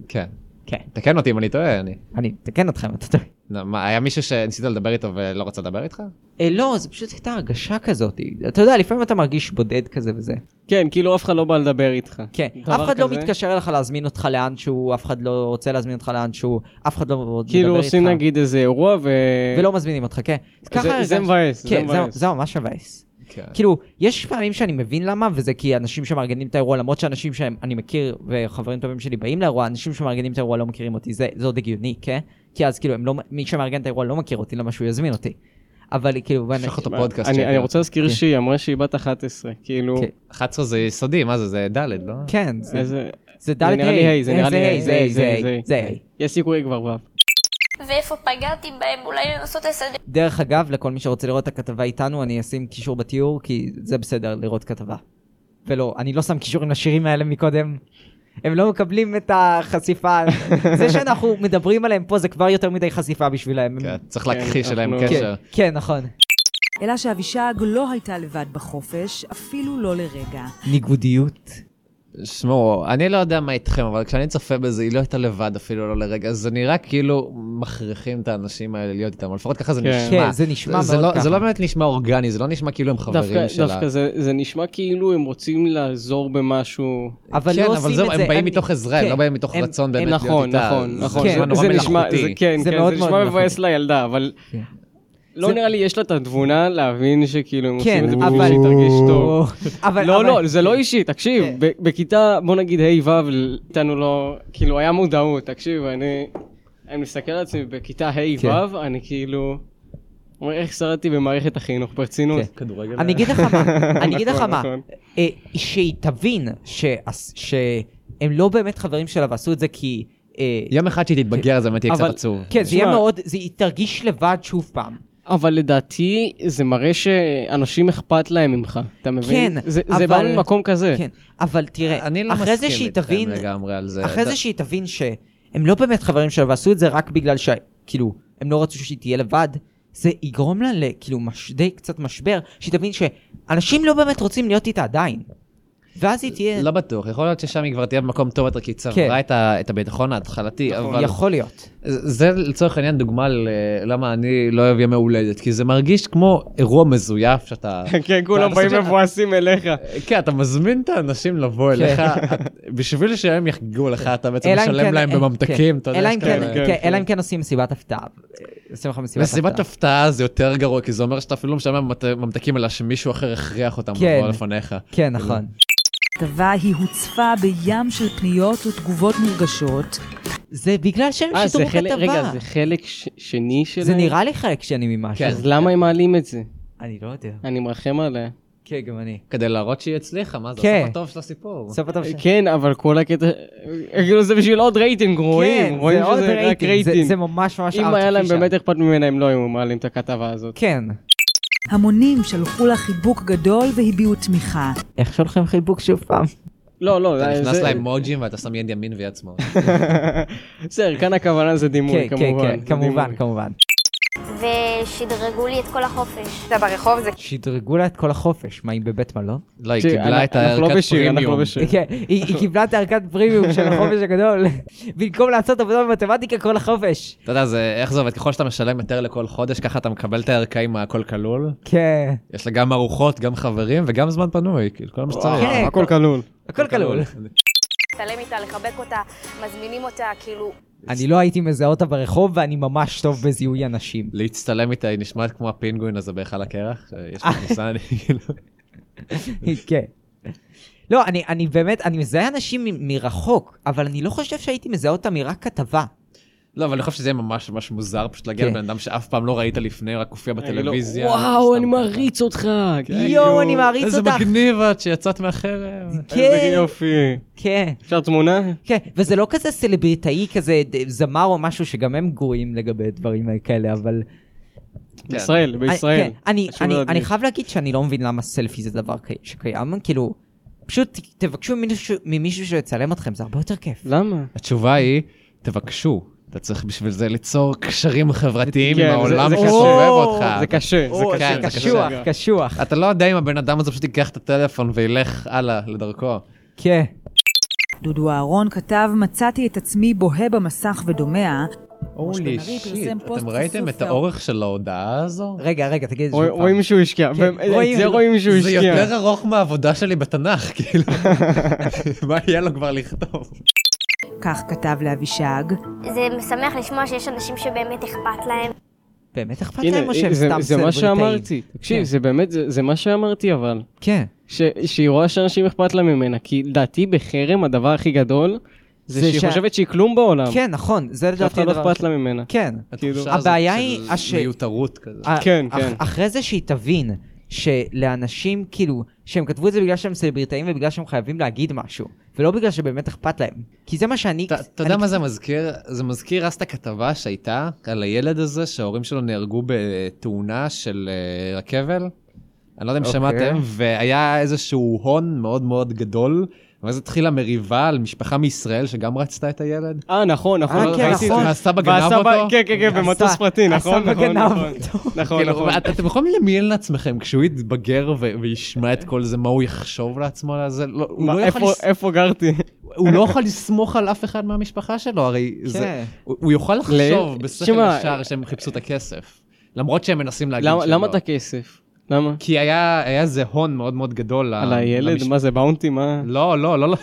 כן.
כן.
תקן אותי אם אני טועה, אני...
אני אתקן אתכם, אתה טועה.
לא, מה, היה מישהו שניסית לדבר איתו ולא רצה לדבר איתך?
אה, לא, זה פשוט הייתה הרגשה כזאת. אתה יודע, לפעמים אתה מרגיש בודד כזה וזה.
כן, כאילו אף אחד לא בא לדבר איתך.
כן,
דבר
אף אחד לא
כזה.
מתקשר אליך להזמין אותך לאנשהו, אף אחד לא רוצה להזמין אותך לאנשהו, אף אחד לא מדבר איתך.
כאילו עושים נגיד איזה אירוע ו...
ולא מזמינים אותך, כן. ככה
אה, זה
הרגשתי.
מבאס, אה. זה
כן,
מבאס.
זה ממש מבאס.
כן.
כאילו, יש פעמים שאני מבין למה, וזה כי אנשים שמארגנים את האירוע, למרות שאנשים שאני מכיר וחברים טובים שלי באים לאירוע, אנשים שמארגנים את האירוע לא מכירים אותי, זה, זה עוד הגיוני, כן? כי אז כאילו, הם לא, מי שמארגן את האירוע לא מכיר אותי, למה שהוא יזמין אותי. אבל כאילו, ואני-
שחר אותו
מה,
פודקאסט.
אני-
שלי.
אני רוצה להזכיר
כן.
שהיא אמרה שהיא בת 11, כאילו...
כן.
11 זה יסודי, מה זה? זה ד', לא?
כן, זה-
איזה...
זה
זה
ד'
נראה לי היי, זה
אה,
נראה לי
זה
היי,
ה', זה ה', זה ה',
היי.
זה ה'.
יש סיכוי כבר ו'.
ואיפה פגעתי בהם, אולי לנסות לסדר
דרך אגב, לכל מי שרוצה לראות את הכתבה איתנו, אני אשים קישור בתיאור, כי זה בסדר לראות כתבה. ולא, אני לא שם קישורים לשירים האלה מקודם. הם לא מקבלים את
(laughs)
החשיפה. זה שאנחנו מדברים עליהם פה זה כבר יותר מדי חשיפה בשבילהם. הם-
כן, צריך להכחיש
כן,
אליהם
אנחנו-
קשר.
כן, כן, נכון.
אלא שאבישג לא הייתה לבד בחופש, אפילו לא לרגע.
ניגודיות.
שמעו, אני לא יודע מה איתכם, אבל כשאני צופה בזה, היא לא הייתה לבד אפילו לא לרגע, אז זה נראה כאילו מכריחים את האנשים האלה להיות איתם, אבל לפחות ככה זה
כן.
נשמע.
כן, זה נשמע
זה
מאוד
לא-
ככה.
זה לא באמת נשמע אורגני, זה לא נשמע כאילו הם
דווקא,
חברים שלה.
דווקא זה, זה נשמע כאילו הם רוצים לעזור במשהו.
אבל
כן,
לא
אבל
עושים
זהו,
את
הם
זה.
באים
אני-
מתוך עזרה, הם
כן,
לא באים מתוך
הם-
רצון
הם-
באמת להיות
נכון,
איתה.
נכון,
זה
נכון.
כן,
נשמע נורא
זה נשמע,
מלאכותי.
זה, כן,
זה
כן,
מאוד
זה
מאוד
נשמע
מלאכותי. כן.
מבאס לילדה, אבל לא
זה-
נראה לי יש לה את התבונה להבין שכאילו הם
כן,
עושים את זה
אבל-
בשביל שהיא תרגיש טוב.
אבל...
לא,
אבל-
לא, זה לא אישי, תקשיב,
כן.
ב- בכיתה, בוא נגיד ה'-ו', איתנו לא, כאילו היה מודעות, תקשיב, אני, אני מסתכל על עצמי בכיתה
כן.
ה'-ו', אני כאילו, אומר, איך שרדתי במערכת החינוך, ברצינות.
כן. אני אגיד לך
(laughs)
מה, אני אגיד לך
נכון,
מה,
נכון.
אה, שהיא תבין שעש- שהם לא באמת חברים שלה ועשו את זה כי... אה,
יום אחד שהיא תתבגר, זה באמת יהיה קצת
אבל-
עצוב.
כן, זה
תשמע-
יהיה מאוד, זה- היא תרגיש לבד שוב פעם.
אבל לדעתי, זה מראה שאנשים אכפת להם ממך, אתה מבין?
כן,
זה,
אבל-
זה בא ממקום כזה.
כן, אבל תראה,
אני לא
אחרי זה
מסכים
שהיא
איתכם
תבין,
לגמרי על זה. לא-
אחרי
אתה-
זה שהיא תבין שהם לא באמת חברים שלה ועשו את זה רק בגלל ש... כאילו, הם לא רצו שהיא תהיה לבד, זה יגרום לה לכאילו מש... די קצת משבר, שהיא תבין שאנשים לא באמת רוצים להיות איתה עדיין. ואז היא תהיה...
לא בטוח, יכול להיות ששם היא כבר תהיה במקום טוב יותר, כי היא
כן. נכון.
צברה את ה- את הביטחון ההתחלתי, אבל...
יכול להיות.
זה לצורך העניין דוגמה ל- למה אני לא אוהב ימי הולדת, כי זה מרגיש כמו אירוע מזויף
(laughs)
שאתה...
כן, כולם
אתה
באים
חושב ש-
מבואסים אליך.
כן, אתה מזמין את האנשים לבוא
כן.
אליך, את- בשביל שהם יחגגו לך, אתה בעצם
אלא אם
משלם
כן-
להם
אה,
בממתקים,
כן.
אתה יודע,
אלא
יש
אם
כאלה.
כן-
כן,
כן,
כן.
אלא אם כן עושים מסיבת הפתעה. עושים לך מסיבת הפתעה.
מסיבת הפתעה זה יותר גרוע, כי זה אומר שאתה אפילו לא משלם מממת- ממתקים, אלא שמישהו אחר הכריח אותם
כן.
לבוא לפניך.
כן, נכון.
הכתבה היא הוצפה בים של פניות ותגובות מורגשות,
זה בגלל שהם
אה,
שידרו
זה חלק,
כתבה.
רגע, זה חלק ש- שני שלהם?
זה נראה לי חלק שני ממשהו.
כן.
אז למה הם מעלים את זה?
אני לא יודע.
אני מרחם עליה.
כן, גם אני.
כדי להראות שהיא הצליחה, מה זה,
כן.
הסוף הטוב של הסיפור.
סוף הטוב ש-
כן, אבל כל הקטע... כאילו זה בשביל עוד רייטינג, רואים,
כן,
רואים
זה עוד
שזה רק
רייטינג, זה-
רייטינג.
זה ממש ממש
אם היה להם
artificial.
באמת אכפת ממנה, הם לא היו מעלים את הכתבה הזאת.
כן.
המונים שלחו לה חיבוק גדול והביעו תמיכה.
איך שולחים חיבוק שוב פעם?
לא, לא,
אתה
זה-
נכנס
זה-
לאמוג'ים ואתה שם יד ימין
(laughs)
ויד שמאל.
(laughs) בסדר, כאן הכוונה זה דימוי,
כן, כן,
כמובן.
כן,
זה
כמובן,
דימוי.
כמובן.
ושדרגו לי את כל החופש.
אתה ברחוב זה
שדרגו לה את כל החופש, מה היא בבית מלון?
לא, היא
תראי,
קיבלה את
אנחנו- אנחנו לא
הערכת
בשיר, אנחנו לא
פרימיום.
בשיר.
כן, היא היא קיבלה את הערכת פרימיום של החופש הגדול. (laughs) במקום לעשות עבודה במתמטיקה כל החופש.
אתה יודע, זה- איך זה עובד? ככל שאתה משלם יותר לכל חודש, ככה אתה מקבל את הערכה עם הכל כלול.
כן.
יש לה גם ארוחות, גם חברים וגם זמן פנוי, כאילו, כל מה שצריך.
כן.
הכל כלול.
הכל כלול.
מצטלם איתה, לחבק אותה, מזמינים אותה, כאילו...
אני לא הייתי מזהה אותה ברחוב, ואני ממש טוב בזיהוי אנשים. (laughs)
להצטלם איתה, היא נשמעת כמו הפינגווין הזה בהיכל הקרח, שיש
(laughs)
לי כניסה, אני כאילו...
כן. לא, אני, אני באמת, אני מזהה אנשים מ- מרחוק, אבל אני לא חושב שהייתי מזהה אותם מרק כתבה.
לא, אבל אני חושב שזה יהיה ממש ממש מוזר פשוט להגיע
כן.
לבן אדם שאף פעם לא ראית לפני, רק הופיע בטלוויזיה.
וואו,
סתם
אני
ככה.
מעריץ אותך.
יואו, אני מעריץ
איזה
אותך.
מגניב את שיצאת מהחרב.
איזה
כן,
יופי.
כן,
אפשר תמונה?
כן. וזה לא כזה סלבריטאי, כזה ד- זמר או משהו שגם הם גרועים לגבי דברים כאלה, אבל...
בישראל,
אני-
בישראל.
כן, אני,
חשוב
אני,
להדגיש.
אני חייב להגיד שאני לא מבין למה סלפי זה דבר קי- שקיים, כאילו... פשוט ת- תבקשו ממישהו, ממישהו שיצלם אתכם, זה הרבה יותר כיף.
למה?
התשובה היא, תבקשו. אתה צריך בשביל זה ליצור קשרים חברתיים
כן,
עם
זה-
העולם
זה
שסובב
קשור.
אותך.
זה קשה, זה
או,
קשה, זה
קשוח,
קשה. כן.
קשוח.
אתה לא יודע אם הבן אדם הזה פשוט ייקח את הטלפון וילך הלאה לדרכו.
כן.
דודו אהרון כתב, מצאתי את עצמי בוהה במסך ודומע,
הולי
אשכנזי פרסם
שיט,
פוסט
אתם ראיתם
חשוף
את האורך של ההודעה הזו?
רגע, רגע, תגיד את זה
רוא-
שוב פעם.
רואים שהוא השקיע. באמת,
כן. רואים-
את זה רואים שהוא
זה
השקיע.
יותר ארוך מהעבודה שלי בתנ"ך, (laughs)
(laughs)
כאילו. מה יהיה לו כבר לכתוב?
כך כתב לאבישג,
זה משמח לשמוע שיש אנשים שבאמת אכפת להם.
באמת אכפת
הנה,
להם או שהם
זה-
סתם
זה
סלבריטאים?
מה שאמרתי.
כן.
תקשיב, זה באמת, זה זה מה שאמרתי, אבל.
כן.
ש- שהיא רואה שאנשים אכפת לה ממנה, כי לדעתי בחרם הדבר הכי גדול,
זה
זה שהיא
שה-
חושבת שהיא כלום בעולם.
כן, נכון, זה
שאף
לדעתי
אחד אה. לא
הדבר
אכפת
הכי-
לה ממנה.
כן.
כאילו-
התחושה הזאת
הבעיה
של
היא הש- אה,
מיותרות כזה.
ה-
כן,
אח-
כן.
אחרי זה שהיא תבין שלאנשים, כאילו, שהם כתבו את זה בגלל שהם סלבריטאים ובגלל שהם חייבים להגיד משהו, ולא בגלל שבאמת אכפת להם. כי זה מה שאני...
אתה אתה יודע מה זה מזכיר? זה מזכיר אז את הכתבה שהייתה על הילד הזה שההורים שלו נהרגו בתאונה של אה, רכבל. אני לא יודע אם
אוקיי.
שמעתם, והיה איזשהו הון מאוד מאוד גדול, ואז התחילה מריבה על משפחה מישראל שגם רצתה את הילד.
אה, נכון, נכון.
אה, כן,
ראיתי את זה.
נכון.
והסבא גנב אותו?
כן, כן, כן, במטוס
הסבא-
פרטי, נכון,
הסבא
נכון,
גנב
נכון. נכון,
כאילו,
נכון.
את- אתם יכולים לדמיין לעצמכם, כשהוא יתבגר ו- וישמע את כל זה, מה הוא יחשוב לעצמו על זה? לא, הוא
מה,
לא יוכל
איפה-
לס-
איפה גרתי?
הוא לא יוכל לסמוך על אף אחד מהמשפחה שלו, הרי
כן.
זה... הוא הוא יוכל לחשוב
ל-
בשכל
שמע,
ישר שהם חיפשו את הכסף. למרות שהם מנסים להגיד
למה-
שלא.
למה את הכסף? למה?
כי היה היה איזה הון מאוד מאוד גדול.
על
ל-
הילד?
למשפחה.
מה זה באונטי? מה?
לא, לא, לא, לא.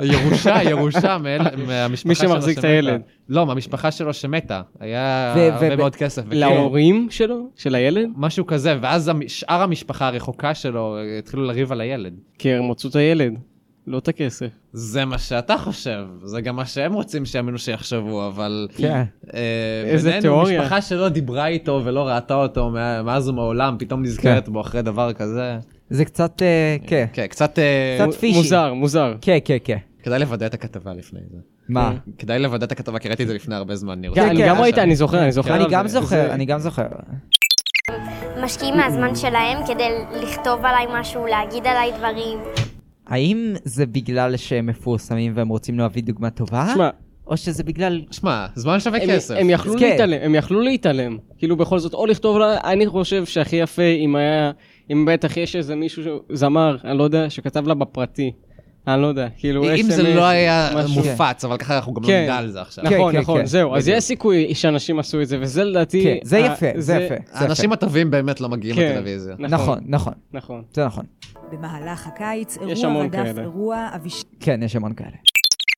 ירושה,
(laughs)
ירושה מאל- מהמשפחה
מי
שלו
שמחזיק את
שמתה.
הילד.
לא, מהמשפחה שלו שמתה. היה
ו-
הרבה
ו-
מאוד כסף. וכן,
להורים שלו? של הילד?
משהו כזה, ואז המ- שאר המשפחה הרחוקה שלו אה, התחילו לריב על הילד.
כי הם מצאו את הילד, לא את הכסף.
זה מה שאתה חושב, זה גם מה שהם רוצים שיאמינו שיחשבו, אבל...
כן.
אה,
איזה
בינינו,
תיאוריה.
משפחה שלא דיברה איתו ולא ראתה אותו מה- מאז ומעולם, פתאום
כן.
נזכרת בו אחרי דבר כזה.
זה קצת, אה, כן.
כן, קצת... אה,
קצת פישי.
מוזר, מוזר.
כן, כן, כן.
כדאי לוודא את הכתבה לפני זה.
מה?
אה, כדאי לוודא את הכתבה, כי ראיתי את זה לפני הרבה זמן, נראה.
כן,
אני
כן,
גם
היה
ראיתי, אני זוכר, אני זוכר.
כן,
אני
על
גם
זה.
זוכר, אני גם זוכר.
משקיעים מהזמן שלהם כדי לכתוב עליי משהו, להגיד עליי דברים.
האם זה בגלל שהם מפורסמים והם רוצים להביא דוגמה טובה?
תשמע,
או שזה בגלל...
שמע, זמן שווה
הם-
כסף.
הם יכלו
אז כן.
להתעלם, הם יכלו להתעלם. כאילו בכל זאת, או לכתוב לה, אני חושב שהכי יפה אם היה, אם בטח יש איזה מישהו, ש- זמר, אני לא יודע, שכתב לה בפרטי. אני לא יודע, כאילו,
אם
SMS,
זה לא היה
משהו.
מופץ, אבל ככה אנחנו גם לא
כן.
נדע על זה עכשיו.
נכון,
כן,
נכון,
כן.
זהו. אז יש סיכוי שאנשים עשו את זה, וזה לדעתי...
כן, זה
ה-
יפה, זה יפה. זה יפה.
אה, האנשים הטובים באמת לא מגיעים
כן.
לטלוויזיה.
נכון, נכון,
נכון.
זה נכון.
במהלך הקיץ,
יש
אירוע
המון
רדף
כאלה.
אירוע אבישי,
כן, יש המון כאלה.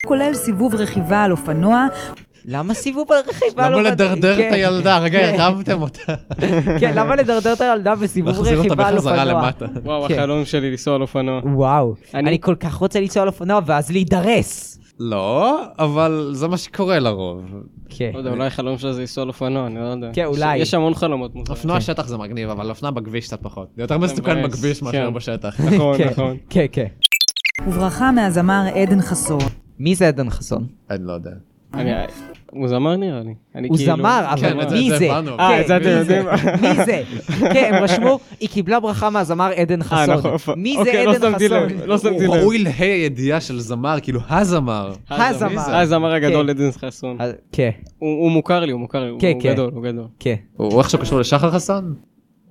כולל סיבוב רכיבה על אופנוע,
למה סיבוב על רכיבה?
למה
לא בד-
לדרדר את
כן,
הילדה? רגע,
כן.
הרמתם אותה.
(laughs) כן, למה לדרדר את הילדה בסיבוב
להחזיר אותה
רכיבה על
בחזרה
אופנוע?
למטה.
וואו,
כן.
החלום שלי לנסוע על אופנוע.
וואו,
אני-
אני כל כך רוצה לנסוע על אופנוע ואז להידרס.
לא, אבל זה מה שקורה לרוב.
כן.
לא יודע, אולי החלום שלה זה לנסוע על אופנוע, אני לא יודע.
כן, אולי.
יש המון חלומות מוזרים.
אופנוע שטח זה מגניב, אבל אופנוע בכביש קצת פחות. זה יותר מסוכן
מבאס,
בכביש מאשר
כן.
בשטח.
(laughs)
נכון,
כן,
נכון.
כן, כן.
וברכה מהזמר עדן חסון.
מי זה עדן חסון?
אני לא יודע.
אני... הוא זמר נראה לי. אני
הוא
כאילו-
זמר, אבל
כן, את זה-
מי
זה
זה?
הבנו.
אה,
כן,
את זה אתם
מי
יודעים?
מי זה? כן, הם רשמו, היא קיבלה ברכה מהזמר עדן
אה, נכון.
חסון. מי זה
אוקיי, לא
עדן
שמתי לב,
חסון?
לא שמתי
הוא
לב.
ראוי להי הידיעה של זמר, כאילו הזמר.
אה,
הזמר.
מי זה?
הזמר הגדול
כן.
עדן חסון.
אז- כן,
הוא הוא מוכר לי, הוא מוכר לי. הוא-
כן,
הוא
כן.
גדול, הוא גדול.
כן.
הוא איכשהו קשור לשחר חסון?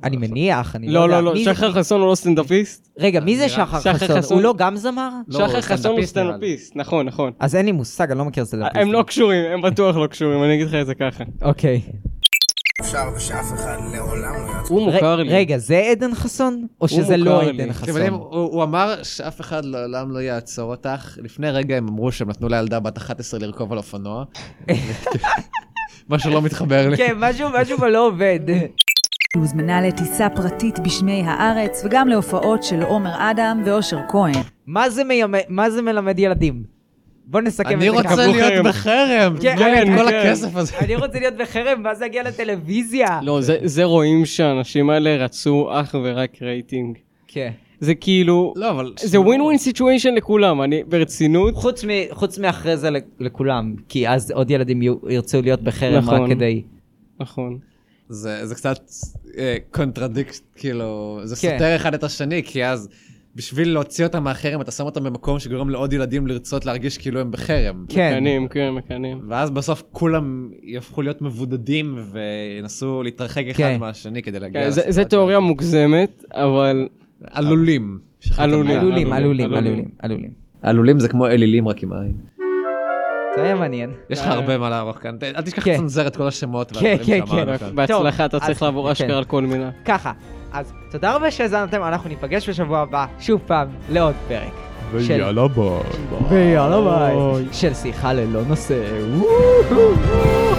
אני מניח, אני לא
לא,
יודע.
לא, לא,
מי זה-
שחר חסון הוא לא סטנדאפיסט?
רגע, מי זה שחר
שחר
חסון?
חסון-
הוא לא גם זמר?
לא, הוא
שחר חסון הוא
סטנדאפיסט נראה לי.
סטנדאפיסט, נכון, נכון.
אז אין לי מושג, אני לא מכיר סטנדאפיסטים.
הם לא קשורים, הם בטוח לא קשורים, אני אגיד לך את זה ככה.
אוקיי.
אפשר ושאף אחד לעולם לא יעצור.
הוא מוכר לי.
ר- רגע, זה עדן חסון? או שזה לא
מוכר לי.
עדן
כן, אבל אם-
חסון?
הוא הוא אמר שאף אחד לעולם לא יעצור אותך. לפני רגע הם אמרו שהם נתנו לילדה בת 11 לרכוב על אופנוע. (laughs) משהו לא מתחבר לי.
כן, משהו, משהו פה לא עובד.
היא הוזמנה לטיסה פרטית בשמי הארץ, וגם להופעות של עומר אדם ואושר כהן.
מה זה מימ- מה זה מלמד ילדים? בוא נסכם את
אני
זה ככה.
רוצה
קבעו חרם.
להיות בחרם,
כן,
תנו לי את
כן,
כל
כן.
הכסף הזה.
אני רוצה להיות בחרם, ואז להגיע לטלוויזיה.
לא, זה- זה רואים שהאנשים האלה רצו אך ורק רייטינג.
כן.
זה כאילו...
לא, אבל...
זה ווין ווין סיטואשן לכולם, אני ברצינות.
חוץ מ- חוץ מאחרי זה לכולם, כי אז עוד ילדים יהיו- ירצו להיות בחרם רק
נכון.
כדי...
נכון.
זה זה קצת קונטרדיקט, כאילו, זה
כן.
סותר אחד את השני, כי אז בשביל להוציא אותם מהחרם, אתה שם אותם במקום שגורם לעוד ילדים לרצות להרגיש כאילו הם בחרם.
כן.
מקנאים, כן, מקנאים.
ואז בסוף כולם יהפכו להיות מבודדים וינסו להתרחק אחד
כן.
מהשני כדי להגיע...
כן, זה- זה
לסיטואציה.
תיאוריה מוגזמת, אבל...
עלולים. שכחתי את
עלולים.
המילה.
עלולים, עלולים,
עלולים.
עלולים, עלולים.
עלולים זה כמו אלילים רק עם עין.
זה היה מעניין.
יש לך
אה.
הרבה מה לערוך כאן, ת- אל תשכח
כן.
לצנזר את כל השמות
כן, כן,
והדברים
כן.
שאמרנו כאן.
בהצלחה, אתה
אז-
צריך לעבור
כן.
אשכרה על כל מילה.
ככה, אז תודה רבה שהאזנתם, אנחנו ניפגש בשבוע הבא, שוב פעם, לעוד פרק. ויאללה ביי. ויאללה ביי. של שיחה ללא נושא. וואו.